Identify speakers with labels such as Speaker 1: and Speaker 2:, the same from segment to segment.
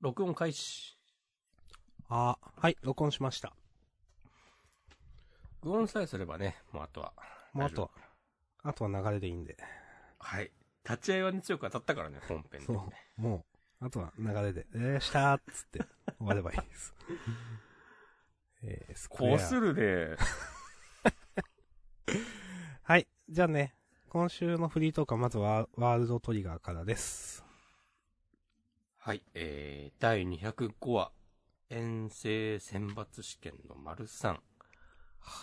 Speaker 1: 録音開始。
Speaker 2: あー、はい、録音しました。
Speaker 1: 録音さえすればね、もうあとは。
Speaker 2: もうあとは、あとは流れでいいんで。
Speaker 1: はい。立ち合いはね、強く当たったからね、本編で
Speaker 2: そ。う、もう、あとは流れで、えー、したーっつって終わればいいです。 えー、スクエ
Speaker 1: こ
Speaker 2: ア
Speaker 1: うするで、
Speaker 2: はい、じゃあね、今週のフリートークはまずはワールドトリガーからです。
Speaker 1: はい、えー、第205話、遠征選抜試験の丸3、えー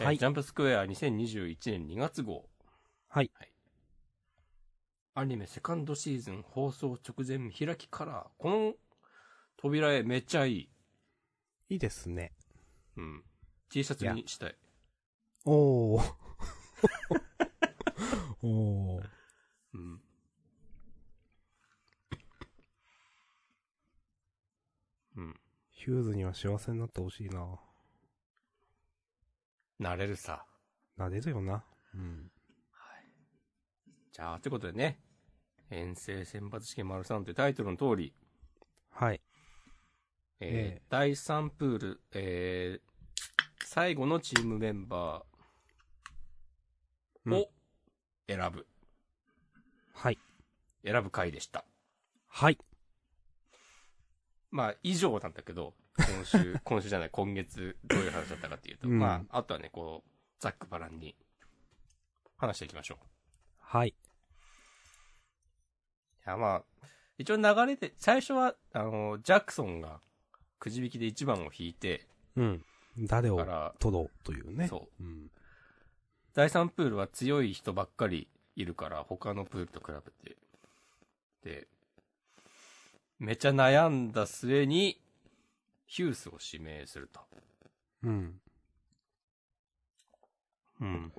Speaker 2: はい
Speaker 1: ジ。ャンプスクエア2021年2月号。
Speaker 2: はい。
Speaker 1: アニメセカンドシーズン放送直前見開きから、この扉絵めっちゃいい。
Speaker 2: いいですね。
Speaker 1: うん。T シャツにしたい。
Speaker 2: お ー。おー。
Speaker 1: うん。うん。
Speaker 2: ヒューズには幸せになってほしいな。
Speaker 1: なれるさ。
Speaker 2: なれるよな。うん。
Speaker 1: はい。じゃあ、ということでね、遠征選抜試験丸3というタイトルの通り、
Speaker 2: はい。
Speaker 1: えー
Speaker 2: ええ
Speaker 1: 第3プール、えー最後のチームメンバー
Speaker 2: うん
Speaker 1: を選ぶ、
Speaker 2: はい。
Speaker 1: 選ぶ回でした。
Speaker 2: はい。
Speaker 1: まあ、以上なんだけど、今 週、今週じゃない、今月、どういう話だったかっていうと、
Speaker 2: うん
Speaker 1: まあ、あとはね、こう、ざっくばらんに、話していきましょう。
Speaker 2: はい。
Speaker 1: いや、まあ、一応流れで、最初は、あの、ジャクソンが、くじ引きで1番を引いて、
Speaker 2: うん。誰を
Speaker 1: だから、
Speaker 2: 取ろうというね。
Speaker 1: そう。
Speaker 2: うん。
Speaker 1: 第3プールは強い人ばっかりいるから、他のプールと比べて。で、めちゃ悩んだ末に、ヒュースを指名すると。
Speaker 2: うん。
Speaker 1: うん。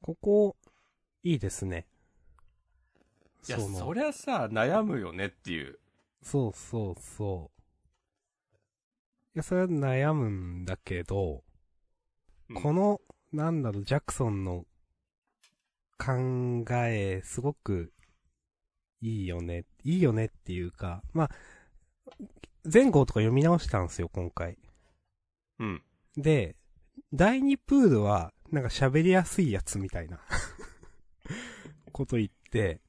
Speaker 2: ここ、いいですね。
Speaker 1: いや、
Speaker 2: その
Speaker 1: そりゃさ、悩むよねっていう。
Speaker 2: そうそうそう。いや、それは悩むんだけど、
Speaker 1: うん
Speaker 2: この、なんだろう、ジャクソンの考え、すごくいいよね。いいよねっていうか、まあ、前後とか読み直したんですよ、今回。
Speaker 1: うん。
Speaker 2: で、第2プールは、なんか喋りやすいやつみ たいな、こと言って、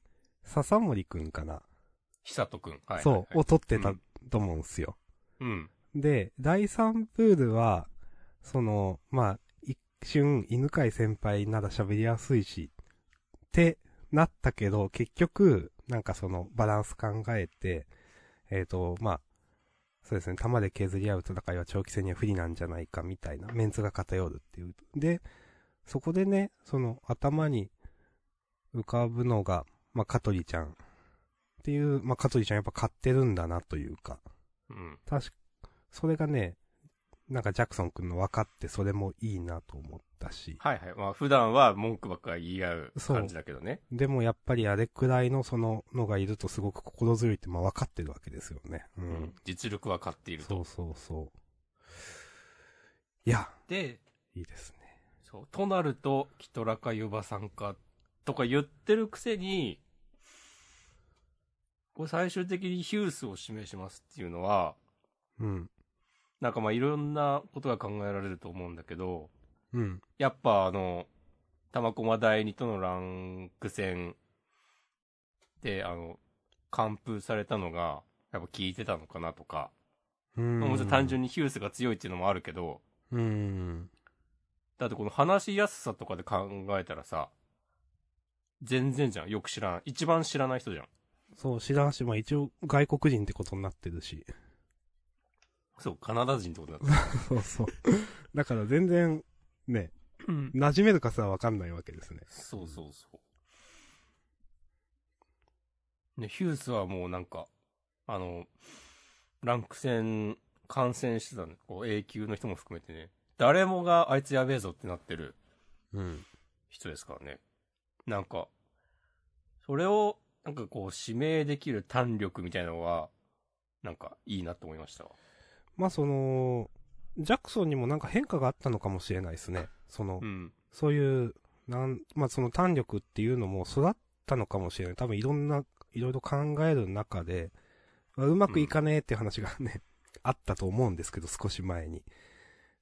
Speaker 2: 笹森くんかな、
Speaker 1: 久人くん。はいはいはい、
Speaker 2: そう、を取って
Speaker 1: う
Speaker 2: た
Speaker 1: ん
Speaker 2: と思うんすよ。
Speaker 1: うん。
Speaker 2: で、第3プールは、その、まあ、一瞬、犬飼先輩なら喋りやすいし、ってなったけど、結局、なんかその、バランス考えて、えっ、と、まあ、そうですね、弾で削り合う戦いは長期戦には不利なんじゃないか、みたいな、メンツが偏るっていう。で、そこでね、その、頭に浮かぶのが、まあ、香取ちゃんっていう、まあ、香取ちゃんやっぱ買ってるんだな、というか。
Speaker 1: うん。
Speaker 2: 確か、それがね、なんかジャクソン君の分かってそれもいいなと思ったし、
Speaker 1: はいはい。まあ、普段は文句ばっかり言い合う感じだけどね。
Speaker 2: でもやっぱりあれくらいのそののがいるとすごく心強いってまあ分かってるわけですよね。う。
Speaker 1: うんん。実力は勝っている
Speaker 2: そ
Speaker 1: と
Speaker 2: う。そうそう。いや、
Speaker 1: で、
Speaker 2: いいですね。
Speaker 1: そう。となると、キトラかユバさんか、とか言ってるくせに、こう最終的にヒュースを示しますっていうのは、
Speaker 2: うん。
Speaker 1: なんかまあいろんなことが考えられると思うんだけど、
Speaker 2: うん。
Speaker 1: やっぱあの、玉駒第二とのランク戦で、あの、完封されたのが、やっぱ効いてたのかなとか、
Speaker 2: うん。
Speaker 1: もちろん単純にヒュースが強いっていうのもあるけど、
Speaker 2: うん。
Speaker 1: だってこの話しやすさとかで考えたらさ、全然じゃん。よく知らん。一番知らない人じゃん。
Speaker 2: そう、知らんし、まあ一応外国人ってことになってるし。
Speaker 1: そう、カナダ人ってことだった。
Speaker 2: そうそう。 だから全然、ね、馴染めるかさは分かんないわけですね。
Speaker 1: そうそうそう。ね、ヒュースはもうなんか、あの、ランク戦、観戦してたね。こう、A 級の人も含めてね。誰もがあいつやべえぞってなってる
Speaker 2: うん。
Speaker 1: 人ですからね。なんか、それを、なんかこう、指名できる弾力みたいなのは、なんか、いいなと思いましたわ。
Speaker 2: まあその、ジャクソンにもなんか変化があったのかもしれないですね。その、
Speaker 1: うん。
Speaker 2: そういう、なん、まあその単力っていうのも育ったのかもしれない。多分いろんな、いろいろ考える中で、うまくいかねえっていう話がね、 あったと思うんですけど、少し前に。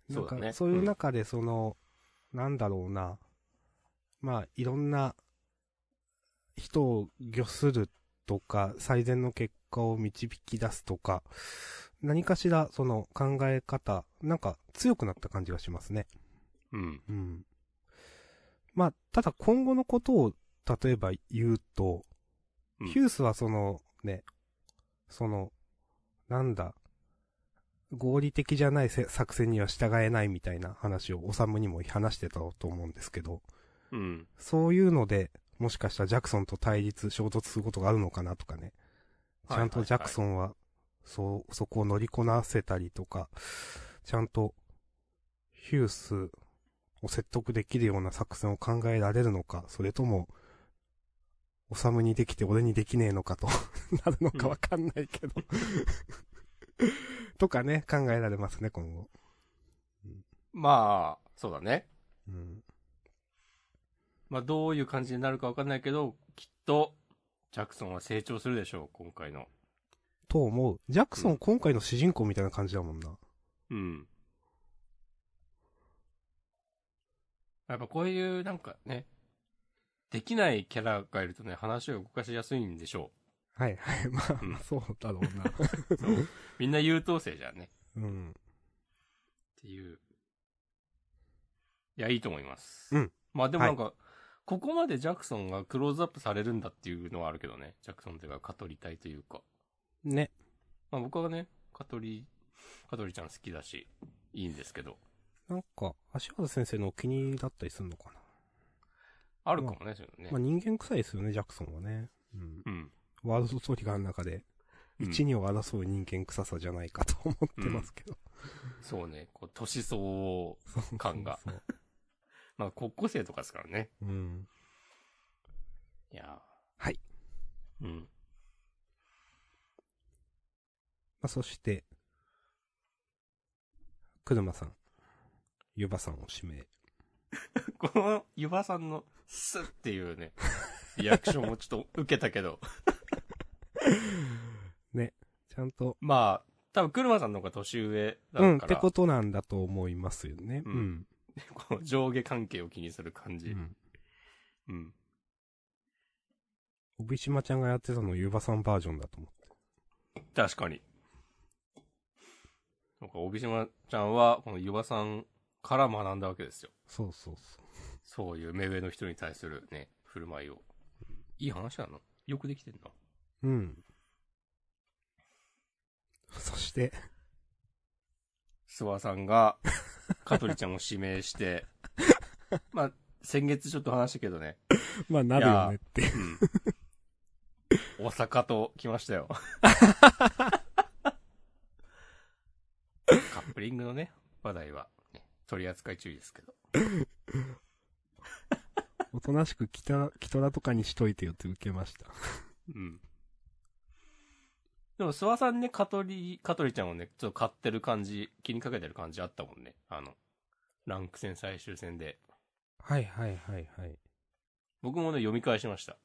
Speaker 2: な
Speaker 1: そ
Speaker 2: ん
Speaker 1: うだね
Speaker 2: か、そういう中で、その、なんだろうな、まあ、いろんな人を御するとか、最善の結果を導き出すとか、何かしら、その考え方、なんか強くなった感じがしますね。
Speaker 1: うん。
Speaker 2: うん。まあ、ただ今後のことを、例えば言うと、
Speaker 1: うん
Speaker 2: ヒュースはその、ね、その、なんだ、合理的じゃないせ作戦には従えないみたいな話を、オサムにも話してたと思うんですけど、
Speaker 1: うん。
Speaker 2: そういうので、もしかしたらジャクソンと対立、衝突することがあるのかなとかね。ちゃんとジャクソンは、そう、そこを乗りこなせたりとか、ちゃんと、ヒュースを説得できるような作戦を考えられるのか、それとも、オサムにできて俺にできねえのかと なるのかわかんないけど、とかね、考えられますね、今後。
Speaker 1: まあ、そうだね。
Speaker 2: うん。
Speaker 1: まあ、どういう感じになるかわかんないけど、きっと、ジャクソンは成長するでしょう、今回の。
Speaker 2: と思う。ジャクソン今回の主人公みたいな感じだもんな。
Speaker 1: うん。やっぱこういう、なんかね、できないキャラがいるとね、話を動かしやすいんでしょ
Speaker 2: はいはい、まあ、
Speaker 1: うん
Speaker 2: そうだろう な。
Speaker 1: う。そう。みんな優等生じゃんね。
Speaker 2: うん。
Speaker 1: っていう。いや、いいと思います。
Speaker 2: うん。
Speaker 1: まあでもなんか、ここまでジャクソンがクローズアップされるんだっていうのはあるけどね。ジャクソンというか、カトリ隊というか。
Speaker 2: ね。
Speaker 1: まあ僕はね、カトリ、カトリちゃん好きだし、いいんですけど。
Speaker 2: なんか、足原先生のお気に入りだったりするのかな。
Speaker 1: あるかもね、そういうの
Speaker 2: まあ
Speaker 1: ね。
Speaker 2: 人間臭いですよね、ジャクソンはね。うん。
Speaker 1: うん。
Speaker 2: ワールドトリガーの中で、
Speaker 1: うん
Speaker 2: 一、二を争う人間臭さじゃないかと思ってますけど。
Speaker 1: そうね、こう、年相応感が。
Speaker 2: そうそう
Speaker 1: まあ、高校生とかですからね。
Speaker 2: そう。うん。
Speaker 1: いや
Speaker 2: はい。
Speaker 1: ーうん。
Speaker 2: まあそして、車さん。ユバさんを指名。
Speaker 1: この、ゆばさんの、スッっていうね、リアクションもちょっと受けたけど。
Speaker 2: ちゃんと、
Speaker 1: まあ、多分、車さんの方が年上だ
Speaker 2: う
Speaker 1: ろ
Speaker 2: ん、
Speaker 1: う
Speaker 2: っ
Speaker 1: から、
Speaker 2: てことなんだと思いますよね。う
Speaker 1: うんん。 こう上下関係を気にする感じ。
Speaker 2: うん。
Speaker 1: うん。
Speaker 2: 帯島ちゃんがやってたのユバさんバージョンだと思う。
Speaker 1: 確かに。なんか、帯島ちゃんは、このゆばさんから学んだわけですよ。
Speaker 2: そうそうそう。
Speaker 1: そういう目上の人に対するね、振る舞いを。いい話だな。よくできてんな。
Speaker 2: うん。 そして、
Speaker 1: 諏訪さんが、香取ちゃんを指名して、まあ、先月ちょっと話したけどね、
Speaker 2: まあなるよねって いう。
Speaker 1: うん。大阪と来ましたよ。カップリングのね、話題は、ね、取り扱い注意ですけど。
Speaker 2: おとなしくキタ、キトラとかにしといてよって受けました。
Speaker 1: うん。でも、諏訪さんね、香取、香取ちゃんをね、ちょっと買ってる感じ、気にかけてる感じあったもんね。あの、ランク戦最終戦で。
Speaker 2: はいはいはいはい。
Speaker 1: 僕もね、読み返しました。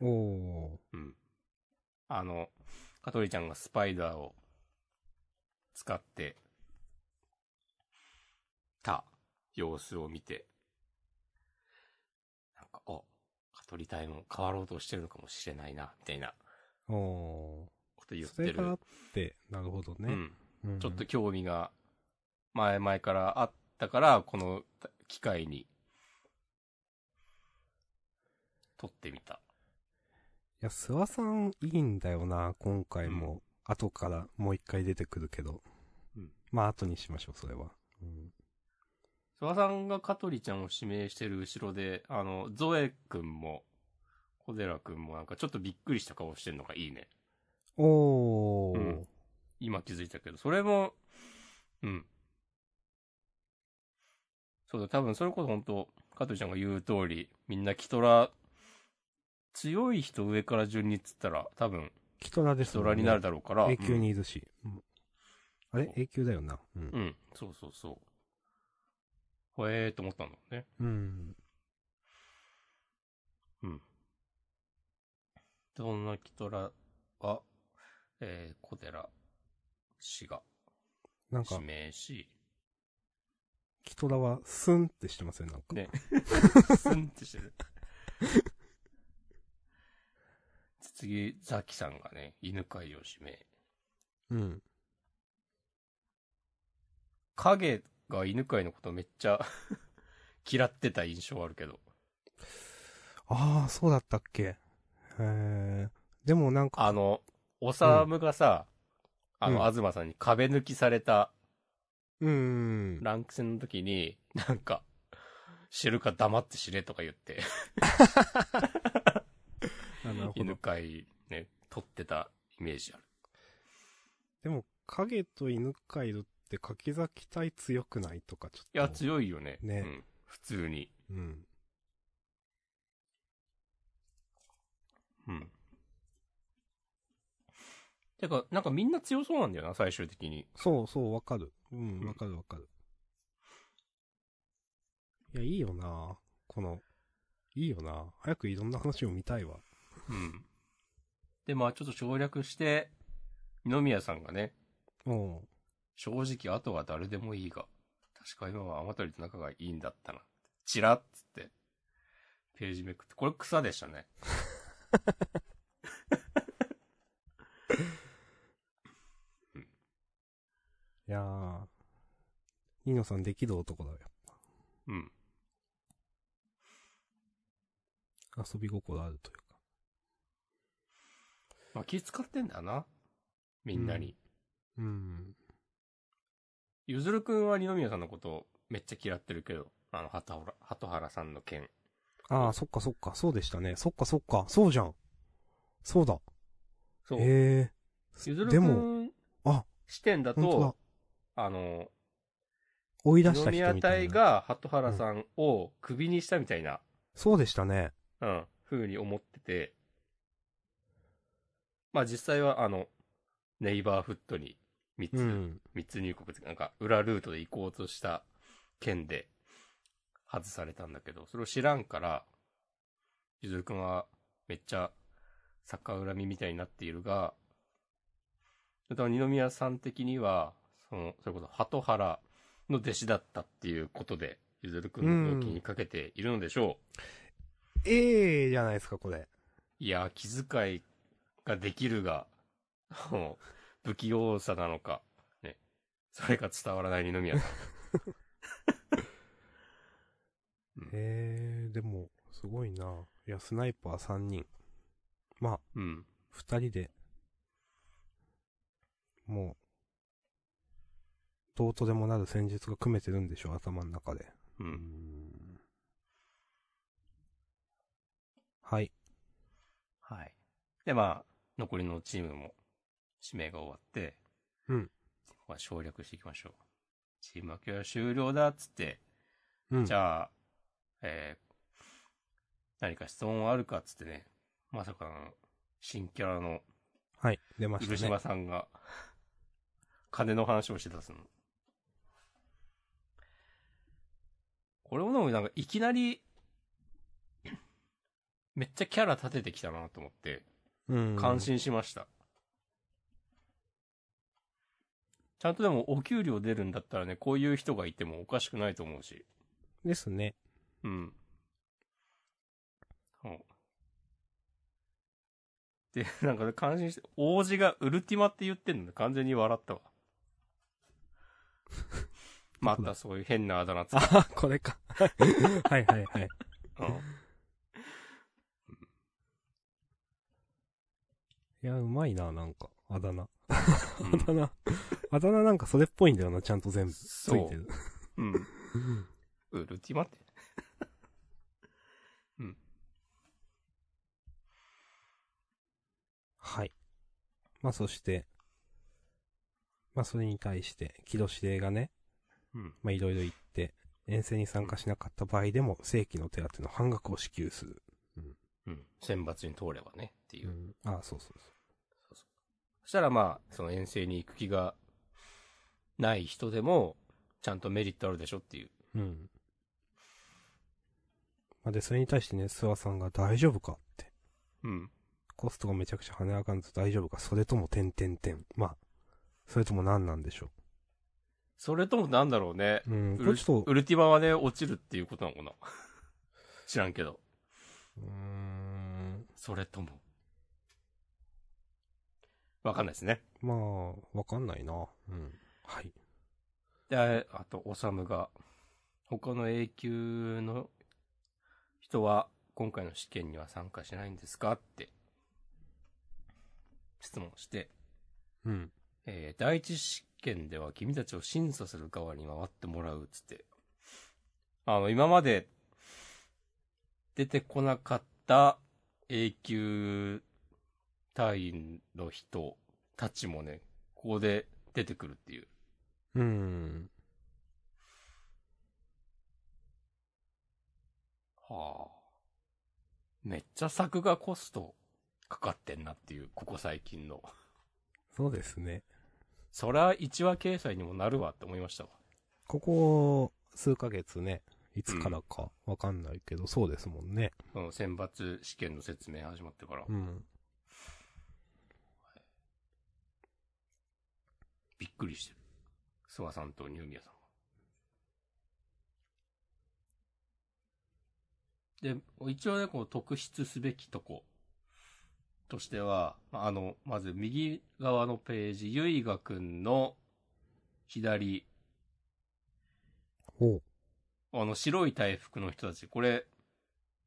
Speaker 2: おお
Speaker 1: うん。あの、香取ちゃんがスパイダーを使ってた様子を見て、なんか、お、香取隊も変わろうとしてるのかもしれないな、みたいな
Speaker 2: ー。お
Speaker 1: こと
Speaker 2: ー
Speaker 1: 言っ
Speaker 2: そ
Speaker 1: て
Speaker 2: れ
Speaker 1: る。
Speaker 2: があって、なるほど
Speaker 1: う
Speaker 2: ね。
Speaker 1: ん。
Speaker 2: うん
Speaker 1: ちょっと、興味が前々からあったから、この機会に撮ってみた。
Speaker 2: いや、諏訪さんいいんだよな、今回も。
Speaker 1: う
Speaker 2: 後からもう一回出てくるけど。
Speaker 1: うん
Speaker 2: まあ、後にしましょう、それは。うん。
Speaker 1: 諏訪さんが香取ちゃんを指名してる後ろで、あの、ゾエ君も、小寺君もなんかちょっとびっくりした顔してるのがいいね。
Speaker 2: おー。
Speaker 1: うん今気づいたけど、それも、うん。そうだ、多分それこそ本当香取ちゃんが言う通り、みんなキトラ、強い人上から順にっつったら、多分、
Speaker 2: キトラで
Speaker 1: キ
Speaker 2: す
Speaker 1: ト
Speaker 2: もん
Speaker 1: ラになるだろうから。
Speaker 2: 永久にいるし。うんあれ
Speaker 1: そう
Speaker 2: 永久だよな。うん
Speaker 1: うん。うん、そうそうそう。へえーと思ったんだもんね。
Speaker 2: うん。
Speaker 1: そんなキトラは、えー、小寺氏が
Speaker 2: なんか
Speaker 1: 指、名 し、
Speaker 2: キトラはスンってしてますよ、なんか。
Speaker 1: ね。スンってしてる。次、ザキさんがね、犬飼いを指名。
Speaker 2: うん。
Speaker 1: 影が犬飼いのことめっちゃ 嫌ってた印象あるけど。
Speaker 2: ああ、そうだったっけ。えー、でもなんか、
Speaker 1: あの、おさむがさ、あの、東さんに壁抜きされた
Speaker 2: うーん。
Speaker 1: ランク戦の時に、なんか、知るか黙って知れとか言って、
Speaker 2: なるほど
Speaker 1: 犬。飼いね、取ってたイメージある。
Speaker 2: でも、影と犬飼いだって柿崎対強くないとか、ちょっと。
Speaker 1: いや、強いよね。
Speaker 2: ね
Speaker 1: うん、普通に。
Speaker 2: うん。
Speaker 1: うん。てか、なんかみんな強そうなんだよな、最終的に。
Speaker 2: そうそう、わかる。うん
Speaker 1: う、ん
Speaker 2: わかるわかる。いや、いいよなこの、いいよな早くいろんな話を見たいわ。
Speaker 1: うん。で、まあちょっと省略して、二宮さんがね、
Speaker 2: おう
Speaker 1: 正直あとは誰でもいいが、確か今は天鳥と仲がいいんだったな。チラッつって、ページめくって、これ草でしたね。
Speaker 2: いやー、ニノさんできる男だよ。
Speaker 1: うん。
Speaker 2: 遊び心あるというか。
Speaker 1: まあ気使ってんだな。みんなに。
Speaker 2: うん。
Speaker 1: ゆずるくんは二宮さんのことめっちゃ嫌ってるけど、あの、鳩原、鳩原さんの件。
Speaker 2: ああ、そっかそっか、そうでしたね。そっかそっか、そうじゃん。そうだ。
Speaker 1: そう。
Speaker 2: へ
Speaker 1: ゆず
Speaker 2: え。
Speaker 1: る
Speaker 2: で
Speaker 1: く
Speaker 2: も、
Speaker 1: ん
Speaker 2: あ、
Speaker 1: 視点だ
Speaker 2: 本当だ
Speaker 1: と、。あの、
Speaker 2: 追い出し
Speaker 1: 二
Speaker 2: た人
Speaker 1: 宮
Speaker 2: みた
Speaker 1: 隊
Speaker 2: いな。
Speaker 1: が鳩原さんをクビにしたみたいな、
Speaker 2: そうでしたね。
Speaker 1: うん、風に思ってて、まあ実際はあの、ネイバーフットに密、
Speaker 2: うん。
Speaker 1: 密入国っていうかなんか裏ルートで行こうとした件で外されたんだけど、それを知らんから、ゆずるくんはめっちゃ逆恨みみたいになっているが、だから二宮さん的には、その、それこそ鳩原の弟子だったっていうことで、ゆずるくんの動機にかけているのでしょう。
Speaker 2: ええじゃないですか、これ。
Speaker 1: いや、気遣いができるが、もう不器用さなのか、ね。それが伝わらない二宮さん。
Speaker 2: へえ、でも、すごいな。いや、スナイパー3人。まあ、
Speaker 1: うん。
Speaker 2: 2人で、もう、どうとでもなる戦術が組めてるんでしょ、頭の中で。
Speaker 1: う。
Speaker 2: うんん。はい。
Speaker 1: はい。で、まあ、残りのチームも、指名が終わって、
Speaker 2: うん。
Speaker 1: ここは省略していきましょう。チーム分けは終了だっつって、
Speaker 2: うん。
Speaker 1: じゃあ、えー何か質問あるかっつってね、まさかの、新キャラの
Speaker 2: はい、出ま
Speaker 1: 漆
Speaker 2: したね
Speaker 1: 島。さんが、金の話をしてたっすの。これもでもなんかいきなり、めっちゃキャラ立ててきたなと思って、
Speaker 2: うん。
Speaker 1: 感心しました。ちゃんとでもお給料出るんだったらね、こういう人がいてもおかしくないと思うし。
Speaker 2: ですね。
Speaker 1: うん。そう。で、なんか感心して、王子がウルティマって言ってんので完全に笑 ったわ。またそういう変なあだ名つけて
Speaker 2: あ、これか。はいはいはい。
Speaker 1: うん
Speaker 2: いや、うまいな、なんか。あだ名。
Speaker 1: う
Speaker 2: あ
Speaker 1: ん
Speaker 2: だ名。あだ名なんかそれっぽいんだよな、ちゃんと全部。 つ
Speaker 1: そう
Speaker 2: いてる。
Speaker 1: うん。ウルティマって。
Speaker 2: はい。まあそして、まあそれに対して、木戸司令がね、
Speaker 1: うん。
Speaker 2: まあいろいろ言って、遠征に参加しなかった場合でも、正規の手当の半額を支給する。
Speaker 1: うん。選抜に通ればね、っていう。
Speaker 2: ああ、そうそうそ
Speaker 1: そしたらまあ、その遠征に行く気がない人でも、ちゃんとメリットあるでしょっていう。
Speaker 2: う。うん。まあで、それに対してね、諏訪さんが大丈夫かって。
Speaker 1: うん。
Speaker 2: コストがめちゃくちゃ跳ね上がると大丈夫かそれとも点点点。まあ、それとも何なんでしょ
Speaker 1: それともなんだろうね。
Speaker 2: う。うん、
Speaker 1: ウ
Speaker 2: これ
Speaker 1: ル
Speaker 2: ちょっと、
Speaker 1: ウルティマはね、落ちるっていうことなのかな。 知らんけど。
Speaker 2: うーん、
Speaker 1: それとも。わかんないですね。
Speaker 2: まあ、わかんないな。うん。はい。
Speaker 1: で、あと、オサムが、他の永久の人は、今回の試験には参加しないんですかって、質問して、
Speaker 2: うん。
Speaker 1: えー第一試験では君たちを審査する側に回ってもらう、つって。あの、今まで、出てこなかった永久隊員の人たちもね、ここで出てくるっていう。
Speaker 2: うん。
Speaker 1: はあ。めっちゃ作画コストかかってんなっていう、ここ最近の。
Speaker 2: そうですね。
Speaker 1: そりゃ1話掲載にもなるわって思いましたわ。
Speaker 2: ここ、数ヶ月ね、いつからかわかんないけど、そうですもんね。
Speaker 1: その選抜試験の説明始まってから
Speaker 2: う。ん。
Speaker 1: びっくりしてる。諏訪さんと二宮さんが。で、一応ね、こう特筆すべきとこ。としては、まああの、まず右側のページ、ゆいがくんの左、
Speaker 2: おう
Speaker 1: あの、白い大服の人たち、これ、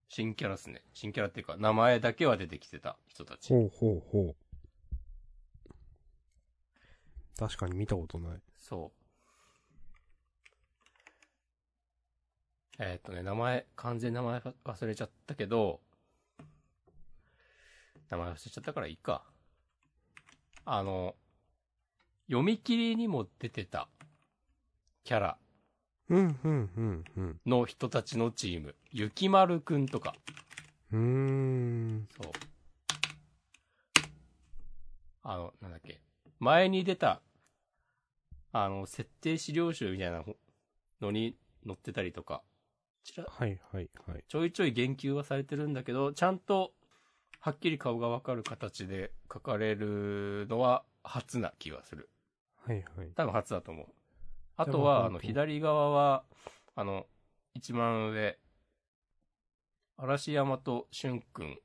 Speaker 1: 新キャラっすね。新キャラっていうか、名前だけは出てきてた人たち。
Speaker 2: ほうほうほう。確かに見たことない。
Speaker 1: そう。えーっとね、名前、完全に名前わ忘れちゃったけど、名前忘れちゃったからいいか。あの、読み切りにも出てたキャラ
Speaker 2: うん、うん、うん、うん。
Speaker 1: の人たちのチーム。ゆきまるくんとか。
Speaker 2: うーん。
Speaker 1: そう。あの、なんだっけ。前に出た、あの、設定資料集みたいなほのに載ってたりとか、ちら、
Speaker 2: はい、はい、はい。
Speaker 1: ちょいちょい言及はされてるんだけど、ちゃんと、はっきり顔がわかる形で書かれるのは初な気がする。
Speaker 2: はい、はい。
Speaker 1: 多分初だと思う。あ
Speaker 2: でも
Speaker 1: とは、あ
Speaker 2: 本当
Speaker 1: の、左側は、あの、一番上、嵐山と俊くん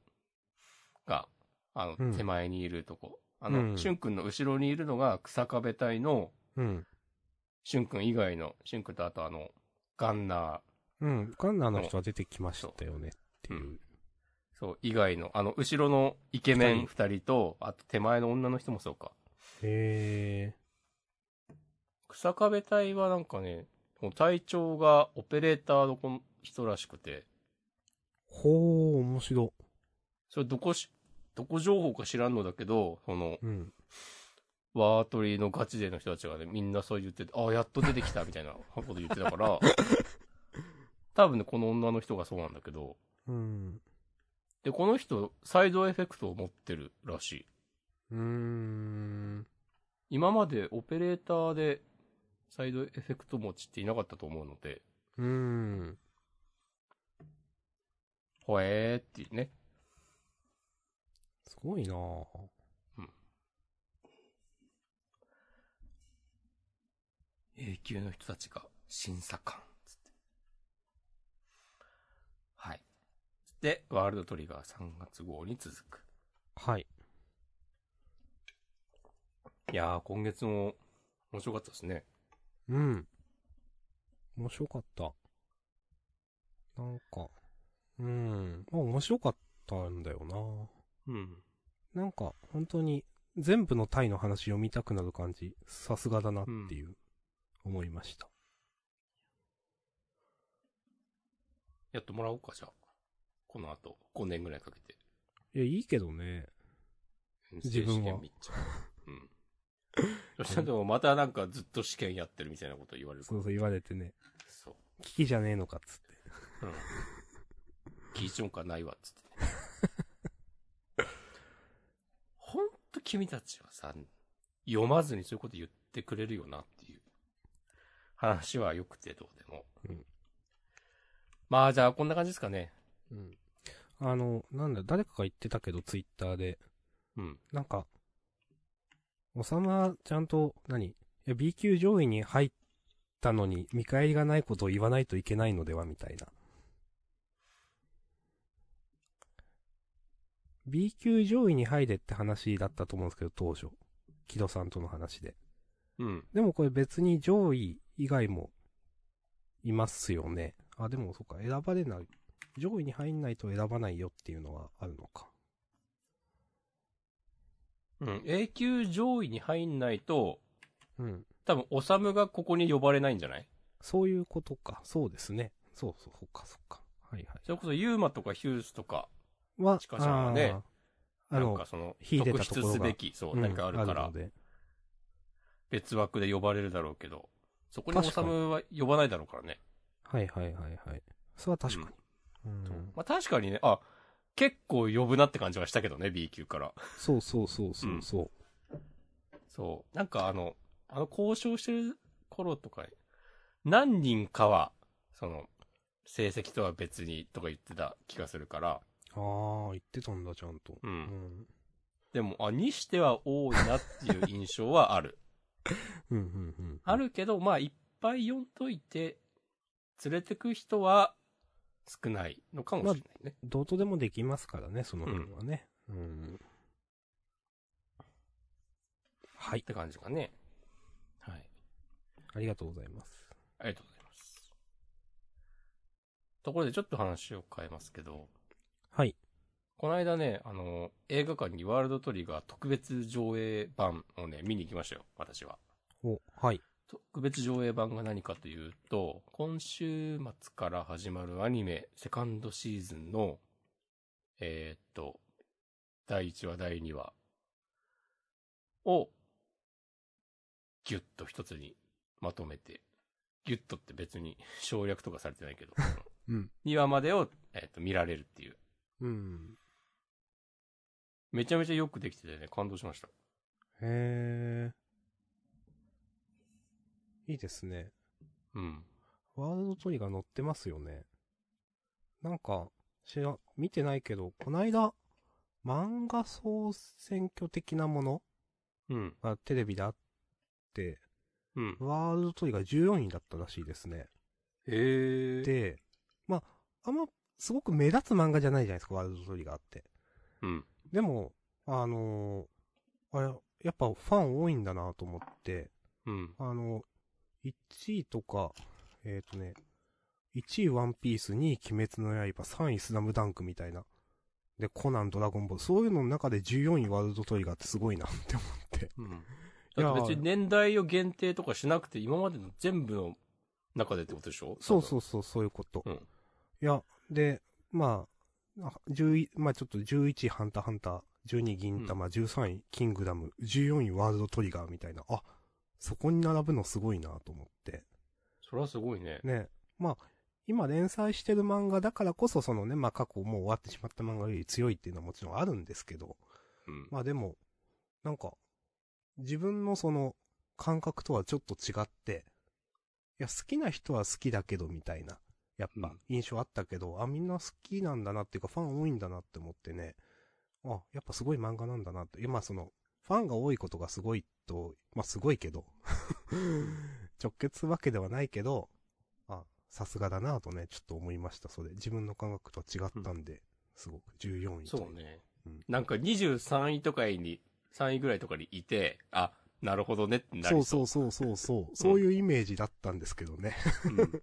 Speaker 1: が、あの、
Speaker 2: うん
Speaker 1: 手前にいるとこ。あ
Speaker 2: う
Speaker 1: の、
Speaker 2: ん
Speaker 1: 俊くんの後ろにいるのが草壁隊の
Speaker 2: うん。
Speaker 1: 俊くん以外の、俊くんとあとあの、ガンナー、
Speaker 2: うん。ガンナーの人は出てきましたよねっていう。
Speaker 1: そう、以外の、あの、後ろのイケメン
Speaker 2: 二
Speaker 1: 二人と、あと手前の女の人もそうか。
Speaker 2: へえ。
Speaker 1: 草壁隊はなんかね、この隊長がオペレーターのこの人らしくて、
Speaker 2: ほう、面白。
Speaker 1: それどこし、どこ情報か知らんのだけど、その、
Speaker 2: うん。
Speaker 1: ワートリーのガチ勢の人たちがね、みんなそう言ってて、あ、やっと出てきた、みたいな こと言ってたから、多分ね、この女の人がそうなんだけど、
Speaker 2: うん。
Speaker 1: で、この人、サイドエフェクトを持ってるらしい。
Speaker 2: うーん。
Speaker 1: 今までオペレーターで、サイドエフェクト持ちっていなかったと思うので、
Speaker 2: うーん。
Speaker 1: ほえーっていうね。
Speaker 2: すごいなぁ。
Speaker 1: 永久の人たちが審査官、つって。はい。で、ワールドトリガー3月号に続く。
Speaker 2: はい。
Speaker 1: いやー、今月も面白かったですね。
Speaker 2: うん。面白かった。なんか、うん。まあ面白かったんだよ
Speaker 1: うん。
Speaker 2: ななんか、本当に、全部のタイの話読みたくなる感じ、さすがだなっていう、思いました。
Speaker 1: やってもらおうか、じゃあ。この後、5年ぐらいかけて。
Speaker 2: いや、いいけどね。自分は
Speaker 1: 試験密着。うん。そしたらでもまたなんかずっと試験やってるみたいなこと言われるか
Speaker 2: そ
Speaker 1: ら
Speaker 2: うそう言われてね。
Speaker 1: そう。
Speaker 2: 危機じゃねえのかっつって。
Speaker 1: うん。基準感ないわ、つって。 ほんと君たちはさ、読まずにそういうこと言ってくれるよなっていう話はよくてどうでも。
Speaker 2: うん
Speaker 1: まあじゃあこんな感じですかね。
Speaker 2: うん。あの、なんだ、誰かが言ってたけど、ツイッターで。
Speaker 1: うん。
Speaker 2: なんか、おさま、ちゃんと、何いや、B 級上位に入ったのに、見返りがないことを言わないといけないのでは、みたいな。B 級上位に入れって話だったと思うんですけど、当初。木戸さんとの話で。
Speaker 1: うん。
Speaker 2: でもこれ別に上位以外もいますよね。あ、でもそっか、選ばれない。上位に入んないと選ばないよっていうのはあるのか。
Speaker 1: うん。A 級上位に入んないと、
Speaker 2: うん。
Speaker 1: 多分、おさむがここに呼ばれないんじゃない
Speaker 2: そういうことか。そうですね。そうそう、そっか、そっか。はいはい。
Speaker 1: それこそ、ユーマとかヒューズとか、
Speaker 2: は
Speaker 1: チカちゃんはね、
Speaker 2: あーあ
Speaker 1: なん
Speaker 2: の
Speaker 1: か、その、
Speaker 2: 秀で
Speaker 1: 特
Speaker 2: たところ
Speaker 1: 筆
Speaker 2: が
Speaker 1: すべき、そう、
Speaker 2: うん
Speaker 1: 何かあるか
Speaker 2: あ
Speaker 1: ら
Speaker 2: の、で
Speaker 1: 別枠で呼ばれるだろうけど、そこにお
Speaker 2: 確か
Speaker 1: さ
Speaker 2: に
Speaker 1: むは呼ばないだろうからね。
Speaker 2: はいはいはいはい。それは確かに。うん
Speaker 1: まあ確かにね、あ、結構呼ぶなって感じはしたけどね、B 級から。
Speaker 2: そうそうそうそうそ
Speaker 1: そう。なんかあの、あの交渉してる頃とかに、何人かは、その、成績とは別にとか言ってた気がするから、
Speaker 2: う。ああ、言ってたんだ、ちゃんと。
Speaker 1: う。
Speaker 2: うんん。
Speaker 1: でも、あ、にしては多いなっていう印象はある。
Speaker 2: うん、うん、うん。
Speaker 1: あるけど、まあ、いっぱい読んどいて、連れてく人は少ないのかもしれないね。
Speaker 2: どうとでもできますからね、その辺はね。うん。は
Speaker 1: っ
Speaker 2: い。
Speaker 1: て感じかね。はい。
Speaker 2: ありがとうございます。
Speaker 1: ありがとうございます。ところでちょっと話を変えますけど、
Speaker 2: はい。
Speaker 1: この間ね、あの、映画館にワールドトリガー特別上映版をね、見に行きましたよ、私は。
Speaker 2: お、はい。
Speaker 1: 特別上映版が何かというと、今週末から始まるアニメセカンドシーズンの、えーっと、第1話、第2話を、ギュッと一つにまとめて、ギュッとって別に省略とかされてないけど、
Speaker 2: うん。
Speaker 1: 2話までを、えーっと見られるっていう。
Speaker 2: うん。
Speaker 1: めちゃめちゃよくできててね、感動しました。
Speaker 2: へえ。いいですね。
Speaker 1: うん。
Speaker 2: ワールドトリガー載ってますよね。なんか、知ら、見てないけど、こないだ、漫画総選挙的なもの
Speaker 1: うん。
Speaker 2: がテレビであって、
Speaker 1: うん。
Speaker 2: ワールドトリガー14位だったらしいですね。
Speaker 1: へー。
Speaker 2: で、まあ、あんま、すごく目立つ漫画じゃないじゃないですか、ワールドトリガーって。
Speaker 1: うん。
Speaker 2: でも、あのーあれ、やっぱファン多いんだなと思って、
Speaker 1: うん。
Speaker 2: あの、1位とか、えっ、とね、1位ワンピース、2位鬼滅の刃、3位スラムダンクみたいな。で、コナン、ドラゴンボール、そういうのの中で14位ワールドトリガーってすごいなって思って。
Speaker 1: うん。
Speaker 2: いや
Speaker 1: だって別に年代を限定とかしなくて、今までの全部の中でってことでしょ。
Speaker 2: そうそううそう、そういうこと。
Speaker 1: うん
Speaker 2: いや、で、まあ、あ11、まあちょっと11位ハンターハンター、12位銀玉、13位キングダム、14位ワールドトリガーみたいな。あ、そこに並ぶのすごいなと思って。
Speaker 1: それはすごいね。
Speaker 2: ね、まあ、今連載してる漫画だからこそ、そのね、まあ過去もう終わってしまった漫画より強いっていうのはもちろんあるんですけど、
Speaker 1: うん。
Speaker 2: まあでも、なんか、自分のその感覚とはちょっと違って、いや、好きな人は好きだけどみたいな、やっ
Speaker 1: う
Speaker 2: ぱ
Speaker 1: ん
Speaker 2: 印象あったけど、あ、みんな好きなんだなっていうか、ファン多いんだなって思ってね、あ、やっぱすごい漫画なんだなって、いや、まあその、ファンが多いことがすごいと、まあすごいけど、 直結するわけではないけど、あ、さすがだなとね、ちょっと思いました、それ。自分の感覚とは違ったんで、すごく14位とい
Speaker 1: そうね
Speaker 2: うん。
Speaker 1: なんか23位とかに、3位ぐらいとかにいて、あ、なるほどねってなり
Speaker 2: そうそうそうそうそう。そういうイメージだったんですけどね。
Speaker 1: うん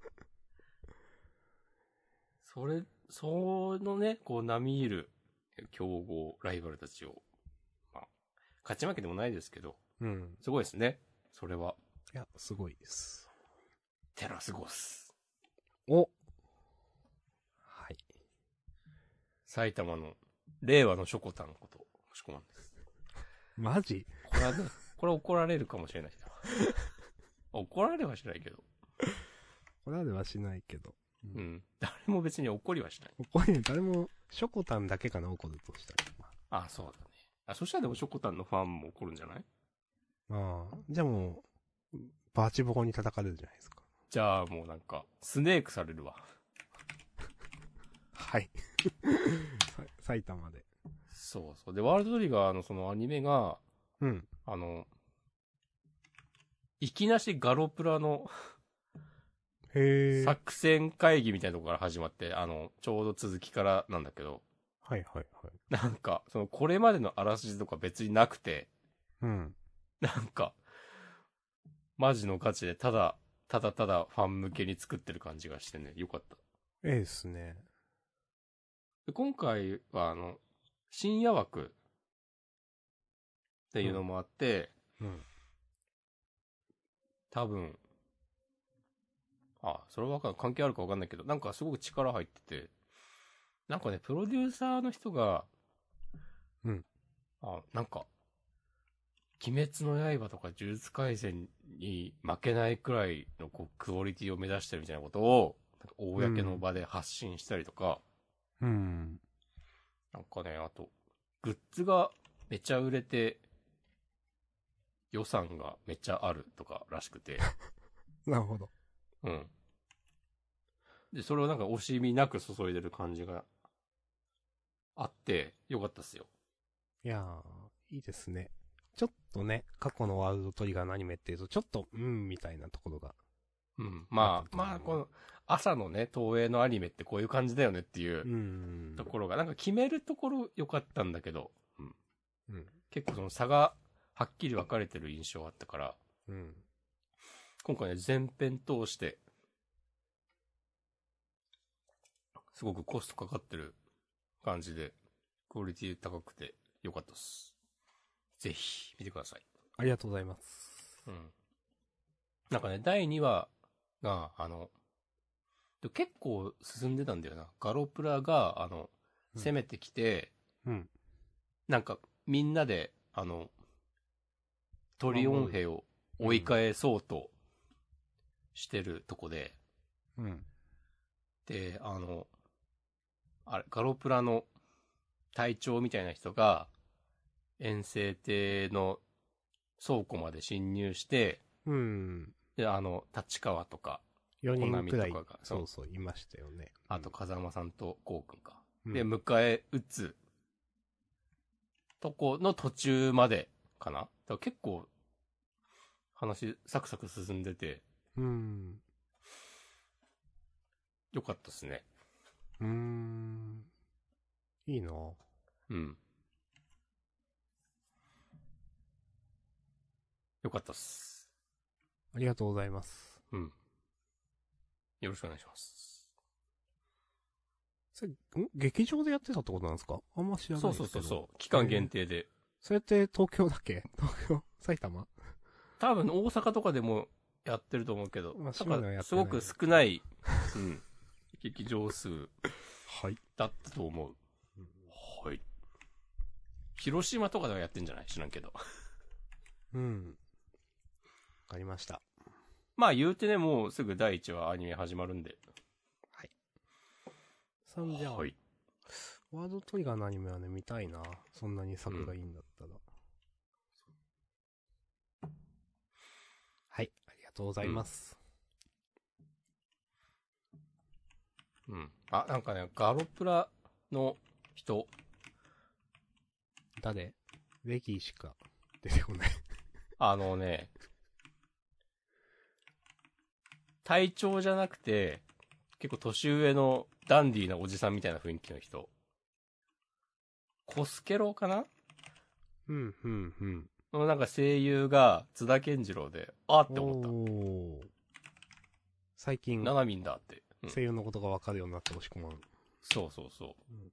Speaker 1: それ、そのね、こう、並みいる、競合、ライバルたちを、まあ、勝ち負けでもないですけど、
Speaker 2: うん。
Speaker 1: すごいですね。それは、
Speaker 2: いや、すごいです。
Speaker 1: テラスゴス。
Speaker 2: おはい。
Speaker 1: 埼玉の、令和のショコタンこと、ショコマンです。
Speaker 2: マジ
Speaker 1: これはね、 これは怒られるかもしれ ないな。怒られはしないけど。
Speaker 2: これはしないけど。
Speaker 1: うん。誰も別に怒りはしない。
Speaker 2: ここに誰も、ショコタンだけかな、怒るとしたら。
Speaker 1: あ、そうだね。あ、そしたらでもショコタンのファンも怒るんじゃない
Speaker 2: ああ。じゃあもう、バチボコに叩かれるじゃないですか。
Speaker 1: じゃあも うなんか、スネークされるわ。
Speaker 2: はい。埼玉で。
Speaker 1: そうそう。で、ワールドトリガーのそのアニメが、
Speaker 2: うん。
Speaker 1: あの、いきなしガロプラの
Speaker 2: へえ。
Speaker 1: 作戦会議みたいなとこから始まって、あの、ちょうど続きからなんだけど、
Speaker 2: はいはいはい。
Speaker 1: なんか、その、これまでのあらすじとか別になくて、
Speaker 2: うん。
Speaker 1: なんか、マジのガチで、ただ、ただただファン向けに作ってる感じがしてね、よかった。
Speaker 2: ええですね。
Speaker 1: で今回は、あの、深夜枠っていうのもあって、
Speaker 2: うん。
Speaker 1: 多分、あ、それはわかん関係あるかわかんないけど、なんかすごく力入ってて、なんかね、プロデューサーの人が、
Speaker 2: うん。
Speaker 1: あ、なんか、鬼滅の刃とか呪術廻戦に負けないくらいのこうクオリティを目指してるみたいなことを、なんか公の場で発信したりとか、
Speaker 2: うん。
Speaker 1: なんかね、あと、グッズがめちゃ売れて、予算がめちゃあるとからしくて、
Speaker 2: なるほど。
Speaker 1: うん。で、それをなんか惜しみなく注いでる感じがあって、よかったっすよ。
Speaker 2: いやー、いいですね。ちょっとね、過去のワールドトリガーのアニメっていうと、ちょっと、うん、みたいなところが。
Speaker 1: うん。まあ、
Speaker 2: うん
Speaker 1: まあ、この、朝のね、東映のアニメってこういう感じだよねっていううんところが、なんか決めるところ良かったんだけど、うん。
Speaker 2: うん。
Speaker 1: 結構その差がはっきり分かれてる印象あったから、
Speaker 2: うん。
Speaker 1: 今回ね、全編通して、すごくコストかかってる感じで、クオリティ高くて良かったっす。ぜひ、見てください。
Speaker 2: ありがとうございます。
Speaker 1: うん。なんかね、第2話が、あの、で結構進んでたんだよな。ガロプラが、あの、
Speaker 2: うん
Speaker 1: 攻めてきて、
Speaker 2: うん。
Speaker 1: なんか、みんなで、あの、トリオン兵を追い返そうとしてるとこで、
Speaker 2: うん。
Speaker 1: で、あの、あれ、ガロプラの隊長みたいな人が、遠征艇の倉庫まで侵入して、
Speaker 2: うん。
Speaker 1: で、あの、立川とか、
Speaker 2: 4
Speaker 1: コナ
Speaker 2: 人
Speaker 1: ミ
Speaker 2: くらい
Speaker 1: とかが、
Speaker 2: そうそう、いましたよね。
Speaker 1: あと風間さんとこうくんか。
Speaker 2: うん、
Speaker 1: で、迎え撃つ、とこの途中までかなだから結構、話、サクサク進んでて、
Speaker 2: うん。
Speaker 1: よかったっすね。
Speaker 2: うーん。いいなぁ
Speaker 1: うん。よかったっす。
Speaker 2: ありがとうございます。
Speaker 1: うん。よろしくお願いします。
Speaker 2: それ、ん劇場でやってたってことなんですかあんま知らない
Speaker 1: そ
Speaker 2: ん
Speaker 1: う
Speaker 2: です
Speaker 1: そ
Speaker 2: け
Speaker 1: う
Speaker 2: ど。
Speaker 1: そうそう。期間限定で。
Speaker 2: それって東京だっけ東京埼玉
Speaker 1: 多分大阪とかでもやってると思うけど、
Speaker 2: まあ
Speaker 1: だ
Speaker 2: 島
Speaker 1: か
Speaker 2: 根はや
Speaker 1: ら
Speaker 2: って
Speaker 1: す
Speaker 2: ない
Speaker 1: ごく少ない、うん、劇場数
Speaker 2: はい。
Speaker 1: だったと思う。はい。広島とかではやってんじゃない知らんけど。
Speaker 2: うん。わかりました。
Speaker 1: まあ言うてね、もうすぐ第1話アニメ始まるんで。
Speaker 2: そんじゃあ、
Speaker 1: はい。
Speaker 2: ワールドトリガーのアニメはね、見たいなそんなに作がいいんだったら。はい。ありがとうございます。
Speaker 1: うん。あ、なんかね、ガロプラの人、
Speaker 2: 誰レギーしか出てこない。
Speaker 1: あのね、隊長じゃなくて、結構年上のダンディーなおじさんみたいな雰囲気の人。コスケロかな
Speaker 2: うん、うん、うん。
Speaker 1: のなんか声優が津田健次郎で、あーって思った。
Speaker 2: おー最近、
Speaker 1: ななみんだって、うん
Speaker 2: 声優のことがわかるようになって押し込まん。
Speaker 1: そうそうそう。
Speaker 2: うん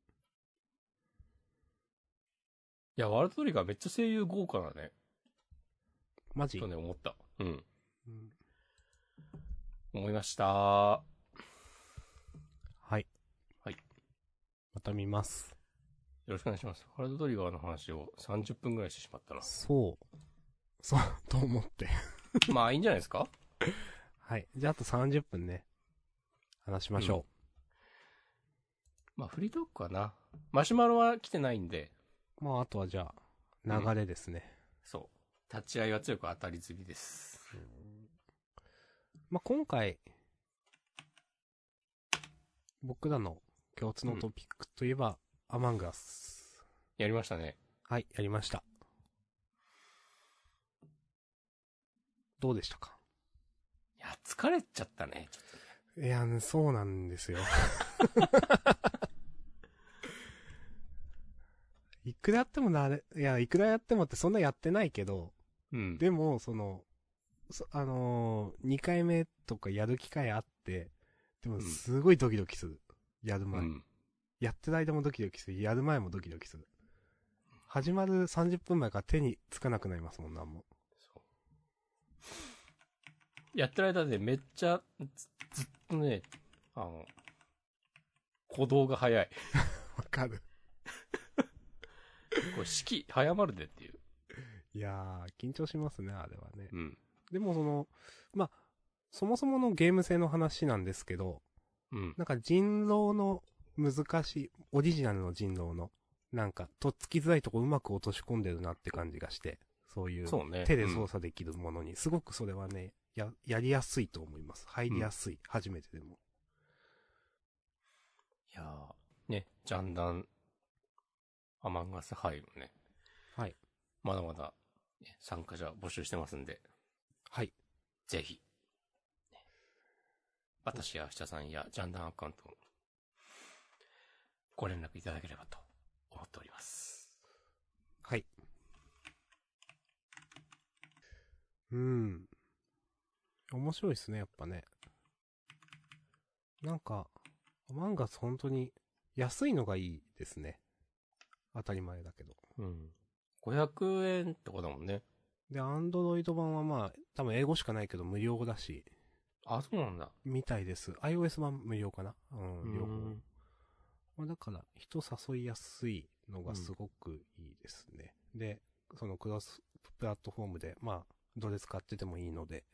Speaker 1: いや、ワールドトリガーめっちゃ声優豪華だね。
Speaker 2: マジ
Speaker 1: とね、思った。うん。
Speaker 2: うん
Speaker 1: 思いました。
Speaker 2: はい。
Speaker 1: はい。
Speaker 2: また見ます。
Speaker 1: よろしくお願いします。ワールドトリガーの話を30分ぐらいしてしまったな。
Speaker 2: そう。そう、と思って。
Speaker 1: まあ、いいんじゃないですか
Speaker 2: はい。じゃあ、あと30分ね。話しましょ
Speaker 1: まあ、フリートークかな。マシュマロは来てないんで、
Speaker 2: う。まあ、あとはじゃあ、流れですね。
Speaker 1: そう。立ち合いは強く当たり済みです。
Speaker 2: まあ、今回、僕らの共通のトピックといえば、アマングアス。
Speaker 1: やりましたね。
Speaker 2: はい、やりました。どうでしたか
Speaker 1: いや、疲れちゃったね。ちょっと
Speaker 2: いや、ねそうなんです よ。いくらやってもなれ、いや、いくらやってもってそんなやってないけど、
Speaker 1: うん。
Speaker 2: でも、その、そあのー、2回目とかやる機会あって、で
Speaker 1: う
Speaker 2: も
Speaker 1: ん
Speaker 2: すごいドキドキする。やる
Speaker 1: う
Speaker 2: 前。
Speaker 1: ん。
Speaker 2: やってる間もドキドキする。やる前もドキドキする。始まる30分前から手につかなくなりますもん、なんも。
Speaker 1: そうやってる間でめっちゃ、ずずっとね、あの、鼓動が早い。
Speaker 2: わかる。
Speaker 1: これ、式、早まるでっていう。
Speaker 2: いやー、緊張しますね、あれはね。
Speaker 1: うん。
Speaker 2: でもその、まあ、そもそものゲーム性の話なんですけど、
Speaker 1: うん。
Speaker 2: なんか人狼の難しい、オリジナルの人狼の、なんか、とっつきづらいとこうまく落とし込んでるなって感じがして、そういう
Speaker 1: そうね。
Speaker 2: 手で
Speaker 1: うん
Speaker 2: 操作できるものに、すごくそれはね、や、やりやすいと思います。入りやすい。初めてでも。
Speaker 1: いやーね、ジャンダン、アマンガスハイもね、
Speaker 2: はい。
Speaker 1: まだまだ、ね、参加者募集してますんで、
Speaker 2: はい。
Speaker 1: ぜひ、ね私や明日さんやジャンダンアカウント、ご連絡いただければと思っております。
Speaker 2: はい。うん。面白いですね、やっぱね。なんか、マンガス本当に安いのがいいですね。当たり前だけど。
Speaker 1: うん。500円ってことだもんね。
Speaker 2: で、アンドロイド版はまあ、多分英語しかないけど無料だし、
Speaker 1: あ、そうなんだ。
Speaker 2: みたいです。iOS 版無料かなう、
Speaker 1: うん
Speaker 2: 両方。
Speaker 1: ん。
Speaker 2: まあ、だから、人誘いやすいのがすごくいいですね。で、そのクロスプラットフォームで、まあ、どれ使っててもいいので。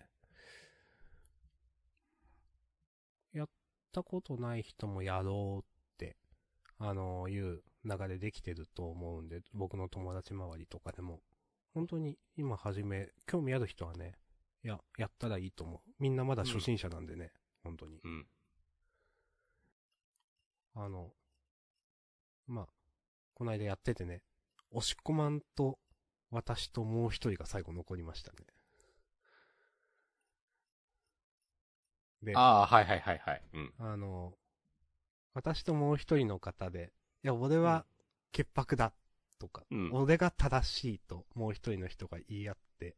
Speaker 2: やったことない人もやろうって、あのいう流れできてると思うんで、僕の友達周りとかでも。本当に今始め、興味ある人はね、いや、やったらいいと思う。みんなまだ初心者なんでね、本当に。
Speaker 1: うん。
Speaker 2: あの、まあ、この間やっててね、押し込まんと、私ともう一人が最後残りましたね。で、あ
Speaker 1: ああ、はいはいはいはい。うん。
Speaker 2: の、私ともう一人の方で、いや、俺は潔白だ、とか、
Speaker 1: うん
Speaker 2: 俺が正しいと、もう一人の人が言い合って、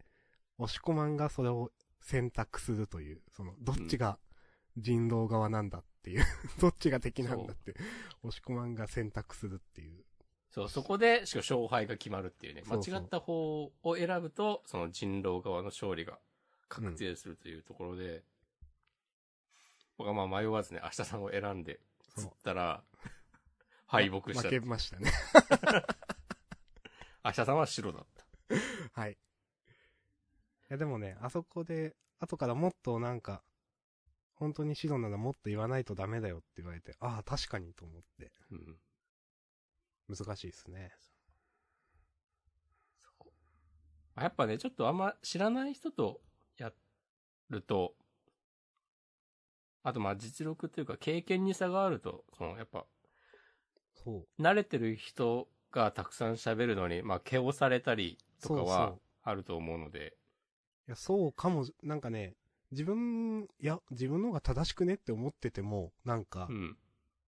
Speaker 2: 押し込まんがそれを選択するという、その、どっちが人狼側なんだっていう、 どっちが敵なんだって、押し込まんが選択するっていう。
Speaker 1: そう、そこで、しかも勝敗が決まるっていうね。間
Speaker 2: そうそう
Speaker 1: 違った方を選ぶと、その人狼側の勝利が確定するというところで、僕はまあ迷わずね、明日さんを選んで、
Speaker 2: そ
Speaker 1: 釣
Speaker 2: う
Speaker 1: ったら、敗北した。
Speaker 2: 負けましたね。
Speaker 1: 明日さんは白だった。
Speaker 2: はい。いや、でもね、あそこで、後からもっとなんか、本当にシドならもっと言わないとダメだよって言われて、ああ、確かにと思って。
Speaker 1: うん。
Speaker 2: 難しいですね。
Speaker 1: そうまあやっぱね、ちょっとあんま知らない人とやると、あとまあ実力というか経験に差があると、そのやっぱ
Speaker 2: そう。
Speaker 1: 慣れてる人がたくさん喋るのに、まあ、毛をされたりとか
Speaker 2: そう
Speaker 1: は
Speaker 2: そう
Speaker 1: あると思うので、
Speaker 2: いや、そうかも、なんかね、自分、いや、自分の方が正しくねって思ってても、なんか
Speaker 1: う、ん。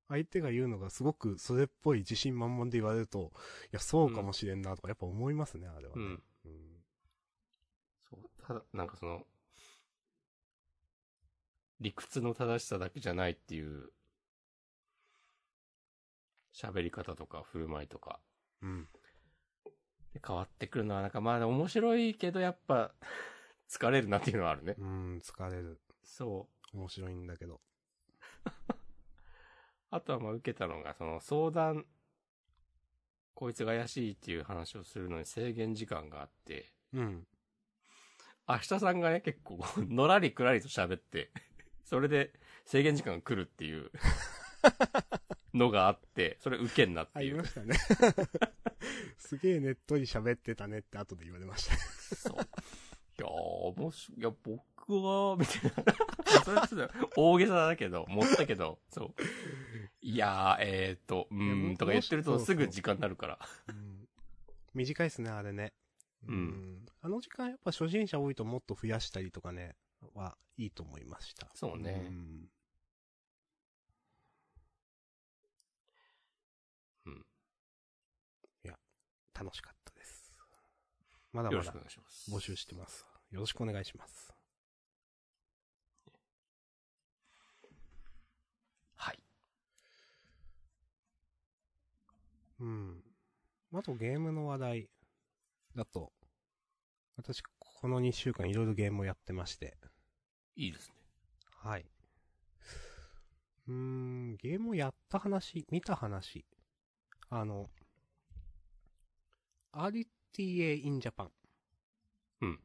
Speaker 2: 相手が言うのがすごくそれっぽい自信満々で言われると、いや、そうかもしれんなとか、やっぱ思いますね、あれは
Speaker 1: う
Speaker 2: ね。
Speaker 1: ん。
Speaker 2: うん
Speaker 1: そう。ただ、なんかその、理屈の正しさだけじゃないっていう、喋り方とか振る舞いとか、
Speaker 2: うん。
Speaker 1: で変わってくるのは、なんかまあ面白いけど、やっぱ、 疲れるなっていうのはあるね。
Speaker 2: うん、疲れる。
Speaker 1: そう。
Speaker 2: 面白いんだけど。
Speaker 1: あとはまあ受けたのが、その相談、こいつが怪しいっていう話をするのに制限時間があって、
Speaker 2: うん。
Speaker 1: 明日さんがね、結構、 のらりくらりと喋って、それで制限時間が来るっていうのがあって、それ受けんなっ
Speaker 2: あ
Speaker 1: てい
Speaker 2: り
Speaker 1: う
Speaker 2: ま。したね。 すげえねっとり喋ってたねって後で言われました。
Speaker 1: そう。いやー、もし、いや、僕 は、みたいな。それはちょっと大げさだけど、持ったけど、そう。いやー、えーと、うーん、とか言ってる
Speaker 2: も
Speaker 1: と
Speaker 2: うそう
Speaker 1: すぐ時間になるから。
Speaker 2: うん短いっすね、あれね。
Speaker 1: うん
Speaker 2: あの時間やっぱ初心者多いともっと増やしたりとかね、はいいと思いました。
Speaker 1: そうね
Speaker 2: ん
Speaker 1: うん
Speaker 2: いや、楽しかったです。まだ
Speaker 1: よ
Speaker 2: ま
Speaker 1: ろし
Speaker 2: だ
Speaker 1: くお願いします。
Speaker 2: 募集してます。よろしくお願いします。
Speaker 1: はい。
Speaker 2: うん。あとゲームの話題だと、私、この2週間いろいろゲームをやってまして。
Speaker 1: いいですね。
Speaker 2: はい。うーん、ゲームをやった話、見た話。あの、RTA in Japan。
Speaker 1: うん。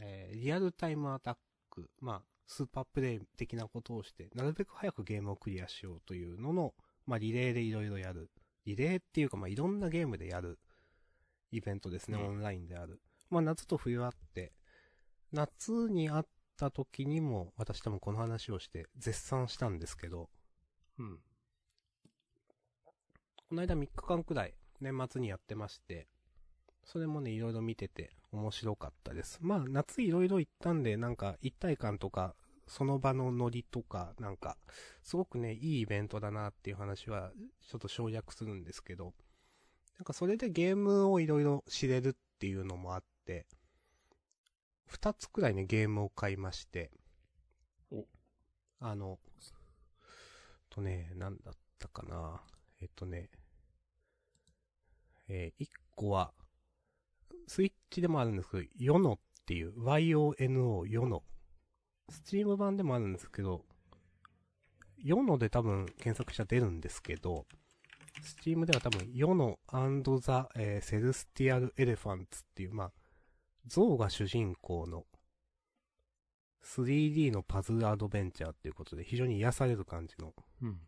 Speaker 2: えーリアルタイムアタック、まあ、スーパープレイ的なことをして、なるべく早くゲームをクリアしようというのの、まあ、リレーでいろいろやる。リレーっていうか、まあ、いろんなゲームでやるイベントですね、
Speaker 1: うん
Speaker 2: オンラインである。まあ、夏と冬あって、夏にあった時にも、私多分この話をして、絶賛したんですけど、
Speaker 1: うん。
Speaker 2: この間3日間くらい年末にやってまして、それもね、いろいろ見てて面白かったです。まあ、夏いろいろ行ったんで、なんか一体感とか、その場のノリとか、なんか、すごくね、いいイベントだなっていう話は、ちょっと省略するんですけど、なんかそれでゲームをいろいろ知れるっていうのもあって、2つくらいね、ゲームを買いまして、
Speaker 1: お
Speaker 2: あの、とね、なんだったかな。えっとね、えー、1個は、スイッチでもあるんですけど、ヨノっていう、YONO、ヨノ。スチーム版でもあるんですけど、ヨノで多分検索したら出るんですけど、スチームでは多分、ヨノザ、えーセルスティアル・エレファンツっていう、まあ、象が主人公の 3D のパズルアドベンチャーっていうことで、非常に癒される感じの
Speaker 1: うん。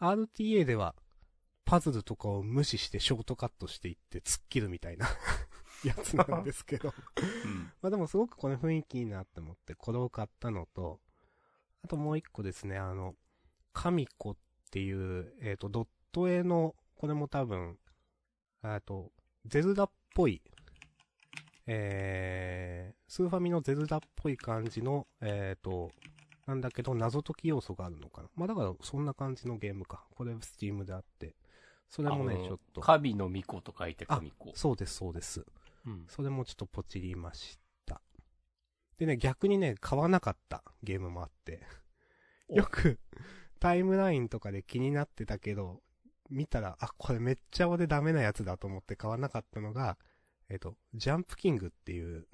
Speaker 2: RTA では、パズルとかを無視してショートカットしていって突っ切るみたいな やつなんですけど。まあでもすごくこの雰囲気いいなって思って、これを買ったのと、あともう一個ですね、あの、カミコっていう、えっ、と、ドット絵の、これも多分、えっと、ゼルダっぽい、えー、スーファミのゼルダっぽい感じの、えっ、と、なんだけど、謎解き要素があるのかな。まあだから、そんな感じのゲームか。これ、スチームであって。それも
Speaker 1: あ
Speaker 2: ね、
Speaker 1: の
Speaker 2: ちょっと。
Speaker 1: 神の巫女と書いて神子。
Speaker 2: そうです、そうです。
Speaker 1: うん。
Speaker 2: それもちょっとポチりました。でね、逆にね、買わなかったゲームもあって。
Speaker 1: お
Speaker 2: よく、タイムラインとかで気になってたけど、見たら、あ、これめっちゃ俺ダメなやつだと思って買わなかったのが、えっ、と、ジャンプキングっていう、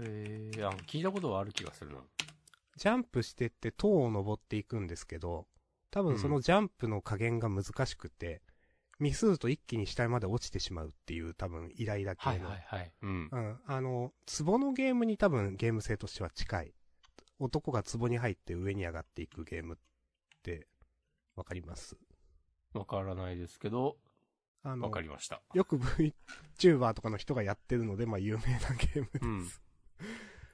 Speaker 1: えー、あ聞いたことはある気がするな。
Speaker 2: ジャンプしてって塔を登っていくんですけど、多分そのジャンプの加減が難しくて、ミスると一気に下まで落ちてしまうっていう多分イライラ系の。
Speaker 1: はいはいはい。うん。
Speaker 2: うん。あの、壺のゲームに多分ゲーム性としては近い。男が壺に入って上に上がっていくゲームって、わかります
Speaker 1: わからないですけど、
Speaker 2: あ
Speaker 1: わ
Speaker 2: の
Speaker 1: か、りました。
Speaker 2: よく VTuber とかの人がやってるので、まあ有名なゲームです。
Speaker 1: うん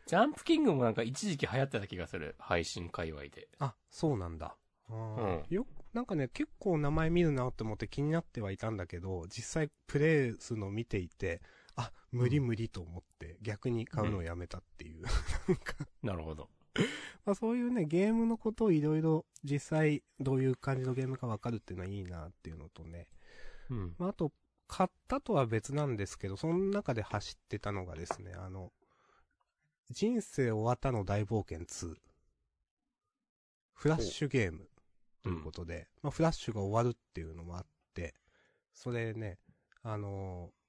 Speaker 1: ジャンプキングもなんか一時期流行ってた気がする。配信界隈で。
Speaker 2: あ、そうなんだ。あー
Speaker 1: うん
Speaker 2: よ、なんかね、結構名前見るなって思って気になってはいたんだけど、実際プレイするのを見ていて、あ、無理無理と思って、逆に買うのをやめたっていう。
Speaker 1: なるほど。
Speaker 2: まあそういうね、ゲームのことをいろいろ実際どういう感じのゲームかわかるっていうのはいいなっていうのとね。
Speaker 1: うん。
Speaker 2: まああと、買ったとは別なんですけど、その中で走ってたのがですね、あの、人生終わったの大冒険2。フラッシュゲームということで、まあフラッシュが終わるっていうのもあって、それね、あのー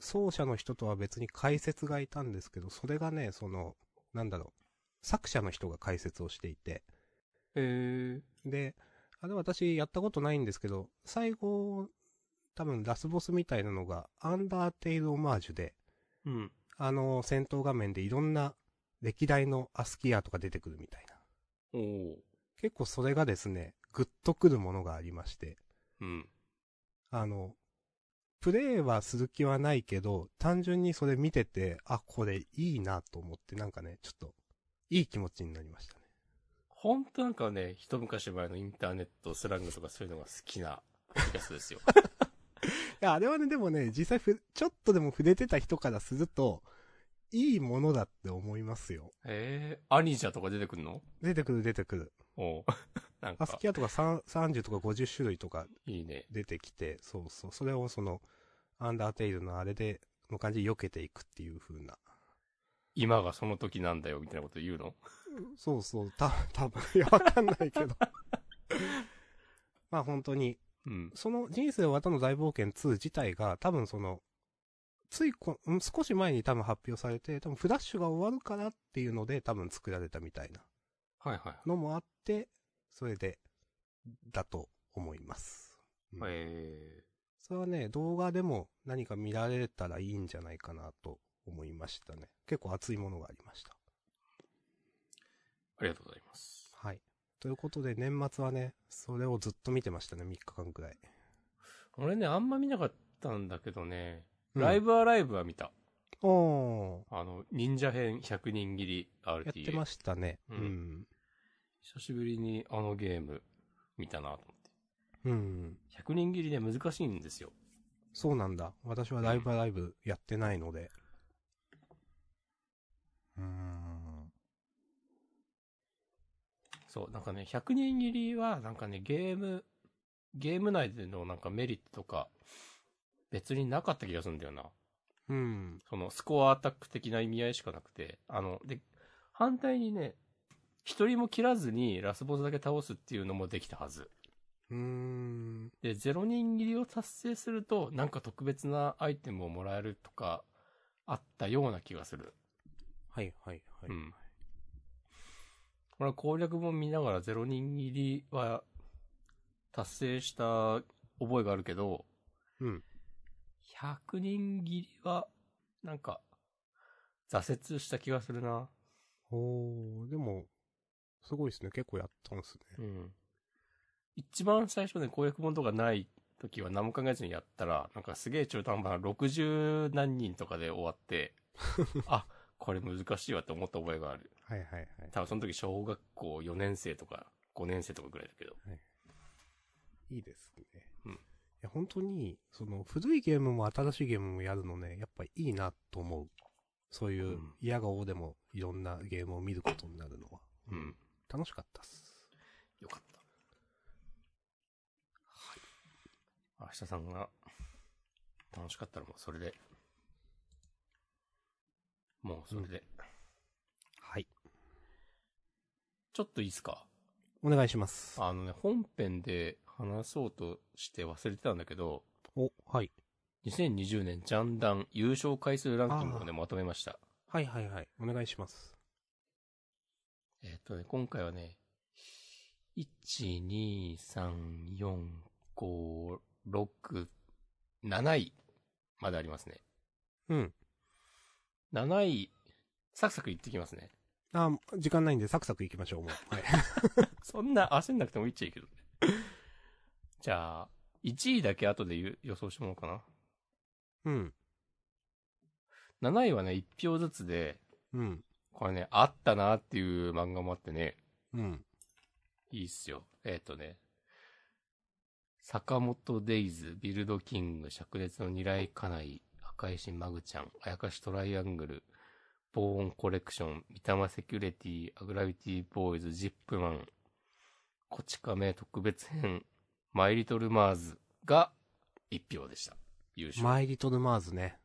Speaker 2: 奏者の人とは別に解説がいたんですけど、それがね、その、なんだろう、作者の人が解説をしていて、
Speaker 1: えー、
Speaker 2: で、あれ私やったことないんですけど、最後、多分ラスボスみたいなのが、アンダーテイルオマージュで、
Speaker 1: うん。
Speaker 2: あの、戦闘画面でいろんな歴代のアスキアとか出てくるみたい
Speaker 1: お
Speaker 2: な。
Speaker 1: ー。
Speaker 2: 結構それがですね、グッとくるものがありまして、
Speaker 1: うん。
Speaker 2: あの、プレイはする気はないけど、単純にそれ見てて、あ、これいいなと思って、なんかね、ちょっと、いい気持ちになりましたね。
Speaker 1: ほんとなんかね、一昔前のインターネット、スラングとかそういうのが好きな、ポッドキャスト ですよ。
Speaker 2: いや、あれはね、でもね、実際ふ、ちょっとでも触れてた人からすると、いいものだって思いますよ。
Speaker 1: えー、アニジャとか出てくんの
Speaker 2: 出てくる出てくる。
Speaker 1: おうなん
Speaker 2: アス
Speaker 1: か、
Speaker 2: キアとかさん30とか50種類とか
Speaker 1: いいね。
Speaker 2: 出てきて、そうそう、それをその、アンダーテイルのあれで、の感じで避けていくっていう風な。
Speaker 1: 今がその時なんだよ、みたいなこと言うの
Speaker 2: そうそう、た、 多分いや、わかんないけど。 まあ本当に、
Speaker 1: うん。
Speaker 2: その人生を渡の大冒険2自体が、多分その、ついこ、ん少し前に多分発表されて、多分フラッシュが終わるからっていうので多分作られたみたいな
Speaker 1: はいはい。
Speaker 2: のもあって、それで、だと思います。うん
Speaker 1: え
Speaker 2: それはね、動画でも何か見られたらいいんじゃないかなと思いましたね。結構熱いものがありました。
Speaker 1: ー、ありがとうございます。
Speaker 2: はい。ということで年末はね、それをずっと見てましたね、3日間くらい。
Speaker 1: 俺ね、あんま見なかったんだけどね、
Speaker 2: うん
Speaker 1: ライブアライブは見た。
Speaker 2: おー、
Speaker 1: あの、忍者編100人切り RTA。
Speaker 2: やってましたね。
Speaker 1: う
Speaker 2: うんん。
Speaker 1: 久しぶりにあのゲーム見たなと思って。
Speaker 2: うん。
Speaker 1: 100人切りね、難しいんですよ。
Speaker 2: そうなんだ。私はライブライブやってないので。うーん。
Speaker 1: そう、なんかね、100人切りは、なんかね、ゲーム、ゲーム内でのなんかメリットとか、別になかった気がするんだよな。
Speaker 2: うん。
Speaker 1: その、スコアアタック的な意味合いしかなくて、あの、で、反対にね、一人も切らずにラスボスだけ倒すっていうのもできたはず。
Speaker 2: うーん。
Speaker 1: で、0人切りを達成すると、なんか特別なアイテムをもらえるとか、あったような気がする。
Speaker 2: はいはいはい。
Speaker 1: うん。これは攻略本見ながら0人入りは達成した覚えがあるけど、
Speaker 2: うん。
Speaker 1: 100人切りは、なんか、挫折した気がするな。
Speaker 2: おー、でも、すごいですね。結構やったんですね。
Speaker 1: うん。一番最初ね、攻略本とかない時は何も考えずにやったら、なんかすげえ中途半端な60何人とかで終わ って、あ、これ難しいわって思った覚えがある。
Speaker 2: はいはいはい。
Speaker 1: 多分その時小学校4年生とか5年生とかぐらいだけど。
Speaker 2: いいですね。
Speaker 1: うん
Speaker 2: いや、本当に、その、古いゲームも新しいゲームもやるのね、やっぱいいなと思う。そういう
Speaker 1: うん、
Speaker 2: 嫌がおでもいろんなゲームを見ることになるのは。
Speaker 1: うん。
Speaker 2: 楽しかったっす。
Speaker 1: よかった。はい。明日さんが、楽しかったらもうそれで。もうそれで。
Speaker 2: はい。
Speaker 1: ちょっといいっすか
Speaker 2: お願いします。
Speaker 1: あのね、本編で話そうとして忘れてたんだけど、
Speaker 2: お、はい。
Speaker 1: 2020年ジャンダン優勝回数ランキングをね、まとめました。
Speaker 2: はいはいはい。お願いします。
Speaker 1: えっとね、今回はね、1、2、3、4、5、6、7位までありますね。
Speaker 2: うん。
Speaker 1: 7位、サクサクいってきますね。
Speaker 2: あ、時間ないんでサクサク行きましょう、もう。はい。
Speaker 1: そんな焦んなくてもいっちゃいいけどね。じゃあ、1位だけ後で言う予想してもらおうか
Speaker 2: うん。
Speaker 1: な。7位はね、1票ずつで、
Speaker 2: うん。
Speaker 1: これね、あったなっていう漫画もあってね、
Speaker 2: うん。
Speaker 1: いいっすよ。えっ、とね、坂本デイズ、ビルドキング、灼熱の二来家内、赤石マグちゃん、あやかしトライアングル、ボーンコレクション、三玉セキュリティ、アグラビティボーイズ、ジップマン、こち亀特別編、マイリトルマーズが一票でした。優勝。
Speaker 2: マイリトルマーズね。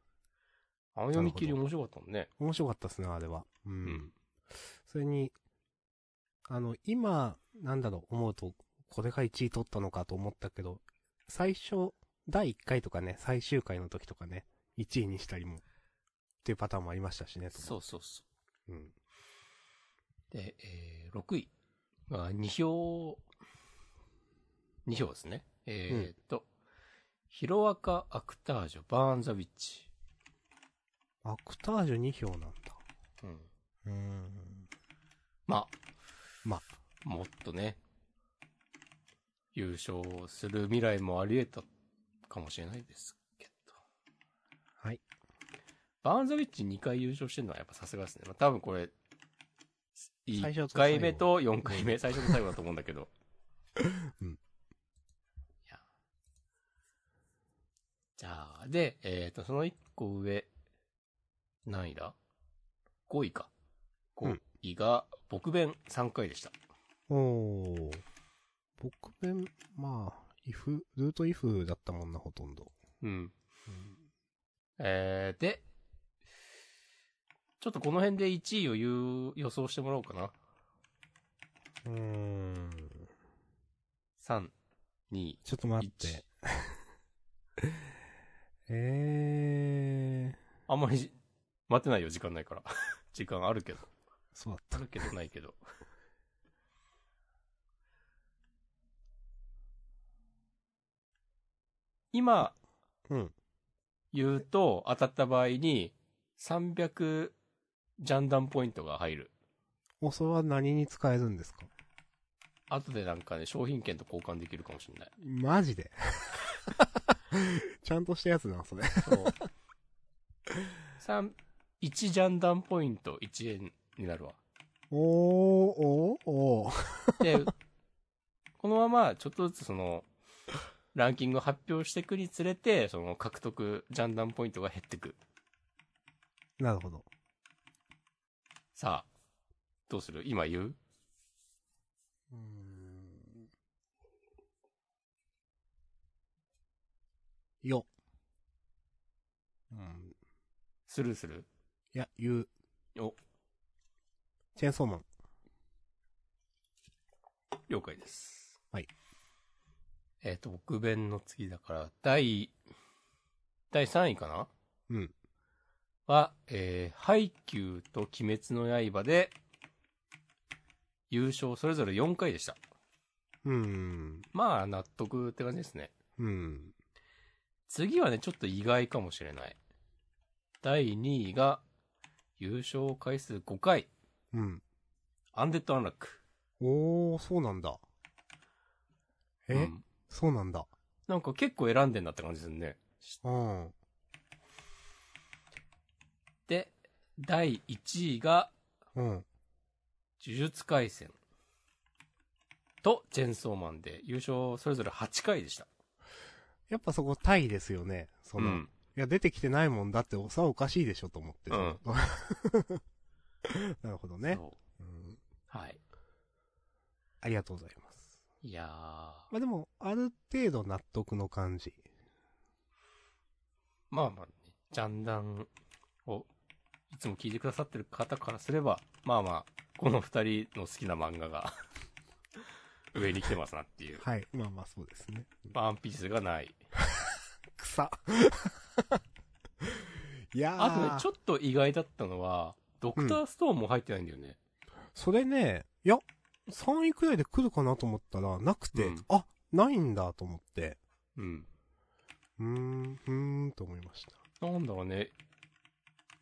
Speaker 1: あの読み切り面白かったもんね。
Speaker 2: 面白かったっすね、あれは。うん。
Speaker 1: うん
Speaker 2: それに、あの、今、なんだろう、思うと、これが1位取ったのかと思ったけど、最初、第1回とかね、最終回の時とかね、1位にしたりも、っていうパターンもありましたしね、と。
Speaker 1: そうそうそう
Speaker 2: うん。
Speaker 1: う。で、えー、6位が2票、2票ですね。えー、っと、ヒロアカ・アクタージョ・バーン・ザ・ウィッチ。
Speaker 2: アクタージュ2票なんだ。
Speaker 1: うん。
Speaker 2: うん。
Speaker 1: ま
Speaker 2: ま、
Speaker 1: あ、もっとね、優勝する未来もあり得たかもしれないですけど。
Speaker 2: はい。
Speaker 1: バーン・ザ・ウィッチ2回優勝してるのはやっぱさすがですね。まあ多分これ、
Speaker 2: 最初と
Speaker 1: 1
Speaker 2: 最後
Speaker 1: 回目と4回目、最初と最後だと思うんだけ ど。
Speaker 2: うん
Speaker 1: いや。じゃあ、で、えっ、と、その1個上、何位だ ?5 位か。
Speaker 2: うん
Speaker 1: 5位が、僕弁3回でした。
Speaker 2: おー。僕弁、まあ、イフ、ルートイフだったもんな、ほとんど。
Speaker 1: うん。えー、で、ちょっとこの辺で1位を言う予想してもらおうかな。
Speaker 2: うん。ん。
Speaker 1: 3、2、
Speaker 2: ちょっと待って。えー。
Speaker 1: あんまりじ待ってないよ、時間ないから。 時間あるけど。
Speaker 2: そう
Speaker 1: あ
Speaker 2: だっ
Speaker 1: るけどないけど。今
Speaker 2: た。うん。
Speaker 1: 言うと当たった場合に300ジャンダンポイントが入る。
Speaker 2: お、それは何に使えるんですか
Speaker 1: 後でなんかね、商品券と交換できるかもしれない。
Speaker 2: マジで ちゃんとしたやつだな、それ。
Speaker 1: そう。三1ジャンダンポイント1円になるわ。
Speaker 2: おー、おー、おー。
Speaker 1: で、このままちょっとずつその、ランキングを発表していくにつれて、その獲得ジャンダンポイントが減ってく。
Speaker 2: なるほど。
Speaker 1: さあ、どうする今言う
Speaker 2: うーんよ。うん。
Speaker 1: スルーする
Speaker 2: いや、言う。
Speaker 1: お、
Speaker 2: チェーンソーマン。
Speaker 1: 了解です。
Speaker 2: はい。
Speaker 1: えっ、と、僕弁の次だから、第、第3位かな
Speaker 2: うん。
Speaker 1: は、えー、ハイキューと鬼滅の刃で、優勝それぞれ4回でした。
Speaker 2: うーん。
Speaker 1: まあ、納得って感じですね。
Speaker 2: うん。
Speaker 1: 次はね、ちょっと意外かもしれない。第2位が、優勝回数5回、
Speaker 2: うん。
Speaker 1: アンデッド・アンラック。
Speaker 2: おー、そうなんだ。え、
Speaker 1: うん
Speaker 2: そうなんだ。
Speaker 1: なんか結構選んでんだって感じするね。
Speaker 2: うん。
Speaker 1: で、第1位が、
Speaker 2: うん。
Speaker 1: 呪術廻戦とチェンソーマンで、優勝それぞれ8回でした。
Speaker 2: やっぱそこタイですよね。その、い。や、出てきてないもんだって、さおかしいでしょと思って。
Speaker 1: うん
Speaker 2: その なるほどね、
Speaker 1: そう
Speaker 2: うん。
Speaker 1: はい。
Speaker 2: ありがとうございます。
Speaker 1: いやー。
Speaker 2: まあでも、ある程度納得の感じ。
Speaker 1: まあまあね、ジャンダンを、いつも聞いてくださってる方からすれば、まあまあ、この二人の好きな漫画が、 上に来てますなっていう。
Speaker 2: はい。まあまあそうですね。
Speaker 1: ワンピースがない。
Speaker 2: 草。 いやー
Speaker 1: あとね、ちょっと意外だったのは、ドクターストーンも入ってないんだよね。
Speaker 2: それね、いや、3位くらいで来るかなと思ったら、なくて、
Speaker 1: うん
Speaker 2: あ、ないんだと思って、
Speaker 1: うん。
Speaker 2: うーん、うーん、と思いました。
Speaker 1: なんだろうね。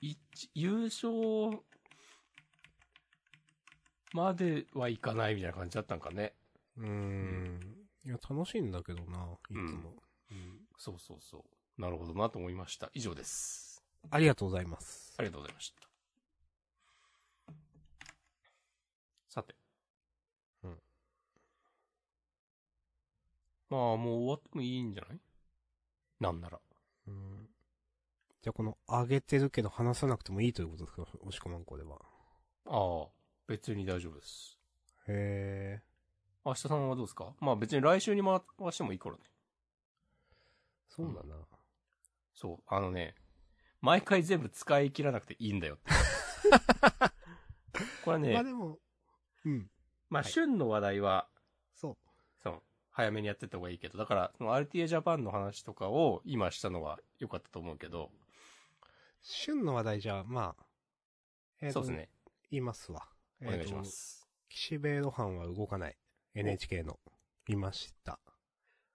Speaker 1: 一、優勝まではいかないみたいな感じだったんかね。
Speaker 2: うーん。いや、楽しいんだけどな、いつも。
Speaker 1: そうそうそう。なるほどなと思いました。以上です。
Speaker 2: ありがとうございます。
Speaker 1: ありがとうございました。さて。
Speaker 2: うん
Speaker 1: まあ、もう終わってもいいんじゃないなんなら。
Speaker 2: うんじゃあ、この、上げてるけど話さなくてもいいということですか、押し込まんこでは。
Speaker 1: ああ、別に大丈夫です。
Speaker 2: へえ。
Speaker 1: 明日さんはどうですかまあ別に来週に回回してもいいからね。
Speaker 2: そうだな。
Speaker 1: そう、あのね、毎回全部使い切らなくていいんだよって。 これ
Speaker 2: まあ
Speaker 1: ね、
Speaker 2: でも、うん、
Speaker 1: まあ、旬の話題は、
Speaker 2: そ
Speaker 1: そう、早めにやってった方がいいけど、だから、その RTA ジャパンの話とかを今したのは良かったと思うけど、
Speaker 2: う。旬の話題じゃあ、まあ、えーと
Speaker 1: そうですね。
Speaker 2: 言いますわ。
Speaker 1: お願いしま
Speaker 2: えーと。
Speaker 1: す。
Speaker 2: 岸辺露伴は動かない。NHK の。見ました。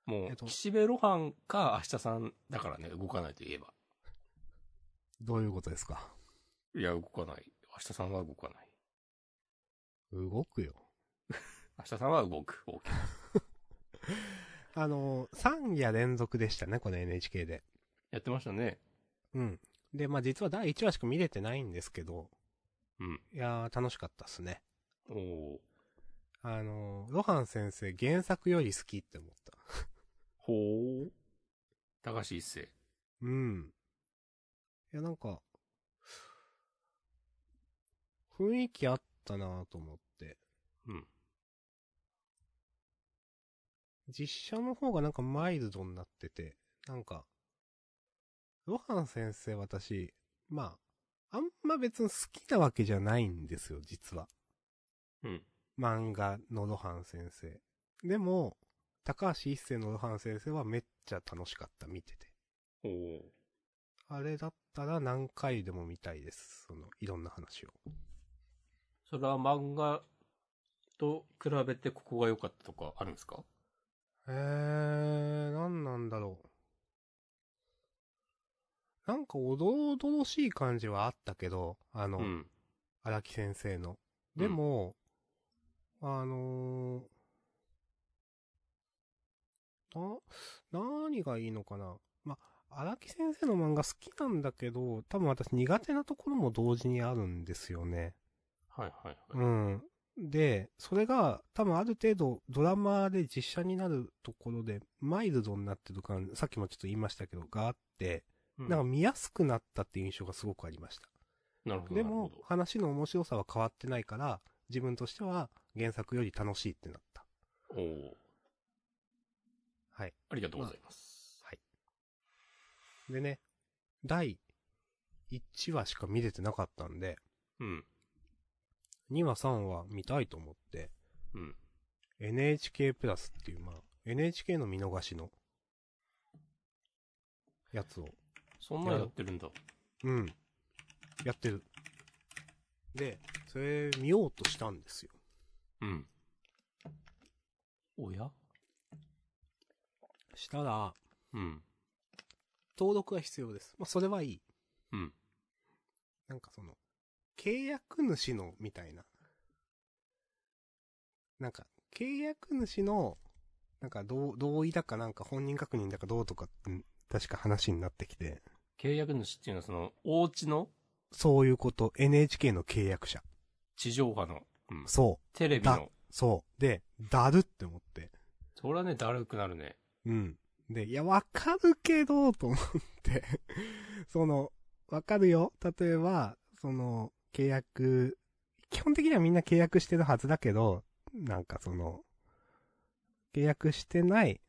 Speaker 1: も
Speaker 2: えっ
Speaker 1: う、
Speaker 2: と
Speaker 1: 岸辺露伴か明日さんだからね、動かないといえば。
Speaker 2: どういうことですか
Speaker 1: いや、動かない。明日さんは動かない。
Speaker 2: 動くよ。
Speaker 1: 明日さんは動く。OK
Speaker 2: あの、3夜連続でしたね、この NHK で。
Speaker 1: やってましたね。
Speaker 2: うん。で、まあ実は第1話しか見れてないんですけど、
Speaker 1: うん。
Speaker 2: いやー、楽しかったっすね。
Speaker 1: おお
Speaker 2: あの、ロハン先生原作より好きって思った。
Speaker 1: ほう。高橋一生。
Speaker 2: うん。いや、なんか、雰囲気あったなぁと思って。
Speaker 1: うん。
Speaker 2: 実写の方がなんかマイルドになってて、なんか、ロハン先生私、まあ、あんま別に好きなわけじゃないんですよ、実は。
Speaker 1: うん。
Speaker 2: 漫画のロハン先生。でも、高橋一生のロハン先生はめっちゃ楽しかった、見てて。
Speaker 1: おお。
Speaker 2: あれだったら何回でも見たいです。その、いろんな話を。
Speaker 1: それは漫画と比べてここが良かったとかあるんですか
Speaker 2: えー、なんなんだろう。なんか、おどおどろしい感じはあったけど、あの、
Speaker 1: うん。
Speaker 2: 荒木先生の。
Speaker 1: うん
Speaker 2: でも、あのー、な、何がいいのかな。まあ、荒木先生の漫画好きなんだけど、多分私苦手なところも同時にあるんですよね。
Speaker 1: はいはいは
Speaker 2: うん。で、それが多分ある程度ドラマで実写になるところでマイルドになってる感、さっきもちょっと言いましたけど、があって、
Speaker 1: い。
Speaker 2: なんか
Speaker 1: うん
Speaker 2: 見やすくなったっていう印象がすごくありました。
Speaker 1: なるほど。
Speaker 2: で
Speaker 1: なるほ
Speaker 2: も
Speaker 1: ど、
Speaker 2: 話の面白さは変わってないから、自分としては原作より楽しいってなった。
Speaker 1: おお。
Speaker 2: はい。
Speaker 1: ありがとうございます。
Speaker 2: でね、第1話しか見れてなかったんで、
Speaker 1: うん。
Speaker 2: 2話3話見たいと思って、
Speaker 1: うん。
Speaker 2: NHK プラスっていう、まあ、NHK の見逃しの、やつを、
Speaker 1: そんなんやってるんだ。
Speaker 2: うん、やってる。で、それ見ようとしたんですよ。
Speaker 1: うん。おや
Speaker 2: したら、
Speaker 1: うん。
Speaker 2: 登録が必要です。まあ、それはいい。
Speaker 1: うん。
Speaker 2: なんかその、契約主の、みたいな。なんか、契約主の、なんか同、同意だかなんか本人確認だかどうとかって、確か話になってきて、
Speaker 1: 契約主っていうのはその、お家の
Speaker 2: そういうこと、NHK の契約者。
Speaker 1: 地上波の、うん、
Speaker 2: そう。
Speaker 1: テレビの。
Speaker 2: そう。で、だるって思って。
Speaker 1: それはね、だるくなるね。
Speaker 2: うん。で、いや、わかるけど、と思って。 その、わかるよ。例えば、その、契約、基本的にはみんな契約してるはずだけど、なんかその、契約してない、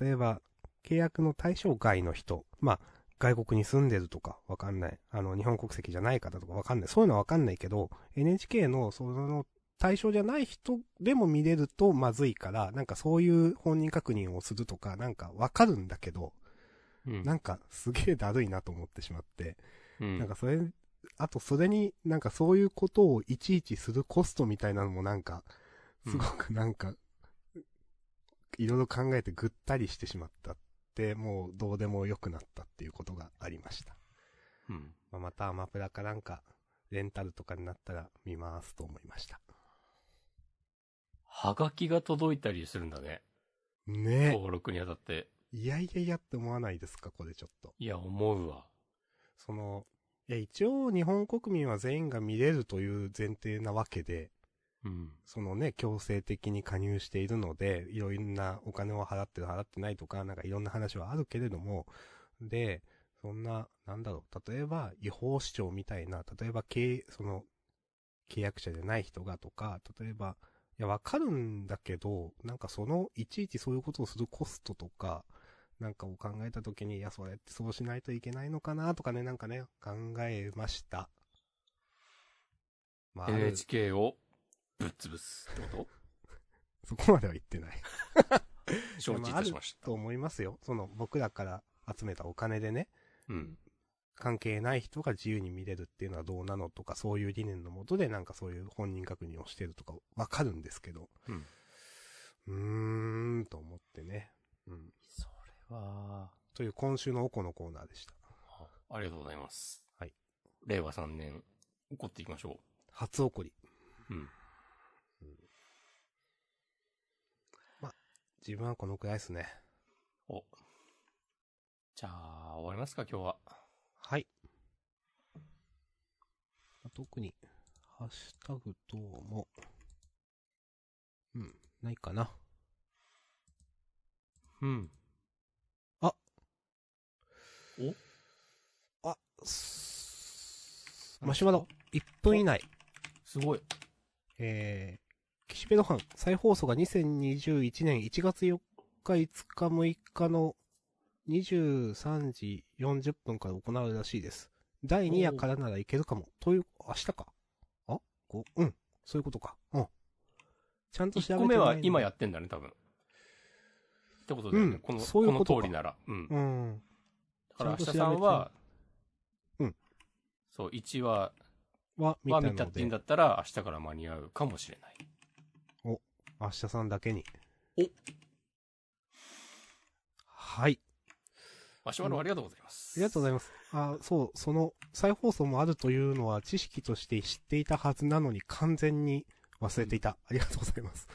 Speaker 2: 例えば、契約の対象外の人、まあ、外国に住んでるとか、わかんない。あの、日本国籍じゃない方とかわかんない。そういうのはわかんないけど、NHK の、その、対象じゃない人でも見れるとまずいから、なんかそういう本人確認をするとか、なんかわかるんだけど、
Speaker 1: うん。
Speaker 2: なんかすげえだるいなと思ってしまって、
Speaker 1: うん、
Speaker 2: なんかそれ、あとそれになんかそういうことをいちいちするコストみたいなのもなんか、すごくなんか、いろいろ考えてぐったりしてしまったって、もうどうでもよくなったっていうことがありました。
Speaker 1: うん。
Speaker 2: まあ、またアマプラかなんか、レンタルとかになったら見ますと思いました。
Speaker 1: はがきが届いたりするんだね。
Speaker 2: ねえ。
Speaker 1: 登録にあたって。
Speaker 2: いやいやいやって思わないですか、これちょっと。
Speaker 1: いや、思うわ。
Speaker 2: その、いや、一応日本国民は全員が見れるという前提なわけで、
Speaker 1: うん。
Speaker 2: そのね、強制的に加入しているので、いろんなお金を払ってる払ってないとか、なんかいろんな話はあるけれども、で、そんな、なんだろう、例えば違法主張みたいな、例えば契、その、契約者じゃない人がとか、例えば、いや、わかるんだけど、なんかその、いちいちそういうことをするコストとか、なんかを考えたときに、いや、それってそうしないといけないのかなとかね、なんかね、考えました。まあ、ある
Speaker 1: NHK をぶっ潰すってこと
Speaker 2: そこまでは言ってない。
Speaker 1: 承知いたしまし
Speaker 2: と思いますよ。その、僕らから集めたお金でね、
Speaker 1: た。うん。
Speaker 2: 関係ない人が自由に見れるっていうのはどうなのとか、そういう理念のもとでなんかそういう本人確認をしてるとかわかるんですけど、
Speaker 1: うん。
Speaker 2: うーん、と思ってね。うん。
Speaker 1: それは、
Speaker 2: という今週のおこのコーナーでした。
Speaker 1: あありがとうございます。
Speaker 2: はい。
Speaker 1: 令和3年、怒っていきましょ
Speaker 2: 初怒り。
Speaker 1: う。うん。
Speaker 2: 自分はこのくらいですね。
Speaker 1: お。じゃあ、終わりますか、今日は。
Speaker 2: はい。特に、ハッシュタグ等もうん。ないかな。
Speaker 1: うん。
Speaker 2: あ
Speaker 1: お
Speaker 2: あ、すマシュマロ、1分以内。
Speaker 1: すごい。
Speaker 2: えー、岸辺露伴、再放送が2021年1月4日、5日、6日の23時40分から行われるらしいです。第2夜からならいけるかも。という、明日か。あこううん。そういうことか。うん。ちゃんと調
Speaker 1: 1
Speaker 2: べ
Speaker 1: 個
Speaker 2: て
Speaker 1: 目は
Speaker 2: ない
Speaker 1: 今
Speaker 2: や。
Speaker 1: やってんだね、多分。ってことだよね。
Speaker 2: うん
Speaker 1: この、
Speaker 2: そういう
Speaker 1: こ
Speaker 2: ことか
Speaker 1: の通りなら。うん。だ
Speaker 2: うん。
Speaker 1: から、明
Speaker 2: ち
Speaker 1: 日
Speaker 2: ゃんと調べて
Speaker 1: さんは、
Speaker 2: うん。
Speaker 1: そう、1話
Speaker 2: は、見
Speaker 1: は
Speaker 2: た
Speaker 1: 見た
Speaker 2: の
Speaker 1: っていうん
Speaker 2: で
Speaker 1: だ、ったら、明日から間に合うかもしれない。
Speaker 2: 明日さんだけに。
Speaker 1: お
Speaker 2: はい。
Speaker 1: マシュマロありがとうございます。
Speaker 2: ありがとうございます。あ、そう、その、再放送もあるというのは知識として知っていたはずなのに完全に忘れていた。ありがとうございます。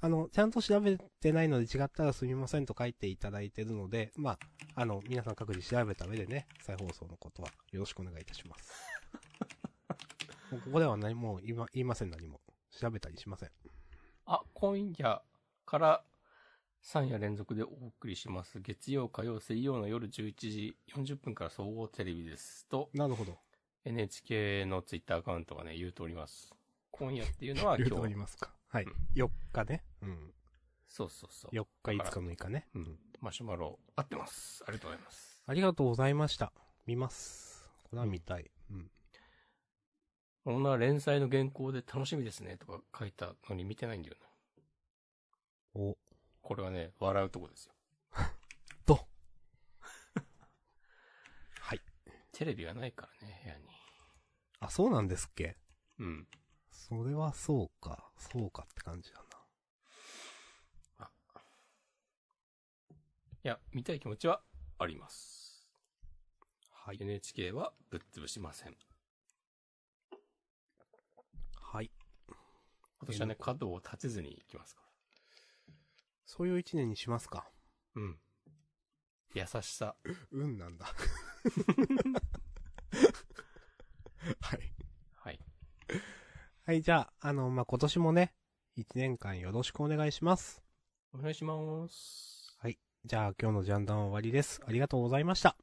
Speaker 2: あの、ちゃんと調べてないので違ったらすみませんと書いていただいてるので、まあ、あの、皆さん各自調べた上でね、再放送のことはよろしくお願いいたし ます。もうここでは何も言いま言いません、何も。調べたりしません。
Speaker 1: あ、今夜から3夜連続でお送りします。月曜、火曜、水曜の夜11時40分から総合テレビです。と、
Speaker 2: なるほど。
Speaker 1: NHK のツイッターアカウントがね、言うとおります。今夜っていうのは
Speaker 2: 言
Speaker 1: 今
Speaker 2: うとおり
Speaker 1: 日。
Speaker 2: ますか。はい
Speaker 1: うん。
Speaker 2: 4日ね。うん。
Speaker 1: そうそうそう。
Speaker 2: 4日、
Speaker 1: だ
Speaker 2: 5
Speaker 1: か
Speaker 2: 日、6日ね。
Speaker 1: うん。マシュマロ、合ってます。ありがとうございます。
Speaker 2: ありがとうございました。見ます。これは見たい。うん。
Speaker 1: こんな連載の原稿で楽しみですね、とか書いたのに見てないんだよな。
Speaker 2: お、
Speaker 1: これはね、笑うとこです よ。
Speaker 2: と。はい。
Speaker 1: テレビがないからね、部屋に。
Speaker 2: あ、そうなんですっけ
Speaker 1: うん。
Speaker 2: それはそうか。そうかって感じだ
Speaker 1: いや、見たい気持ちはあります。
Speaker 2: な。はい。
Speaker 1: NHK はぶっ潰しません。
Speaker 2: はい。
Speaker 1: 今年はね、角を立てずに行きますか
Speaker 2: そういう一年にしますか。
Speaker 1: ら。うん。優しさ。
Speaker 2: うんなんだ。 はい。
Speaker 1: はい。
Speaker 2: はい、じゃあ、あの、まあ、今年もね、一年間よろしくお願いします。
Speaker 1: お願いします。あ
Speaker 2: じゃあ、今日のジャンダンは終わりです。ありがとうございました。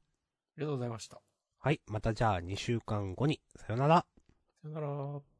Speaker 1: りがとうございました。
Speaker 2: はい、またじゃあ、2週間後に。さよなら。
Speaker 1: さよなら。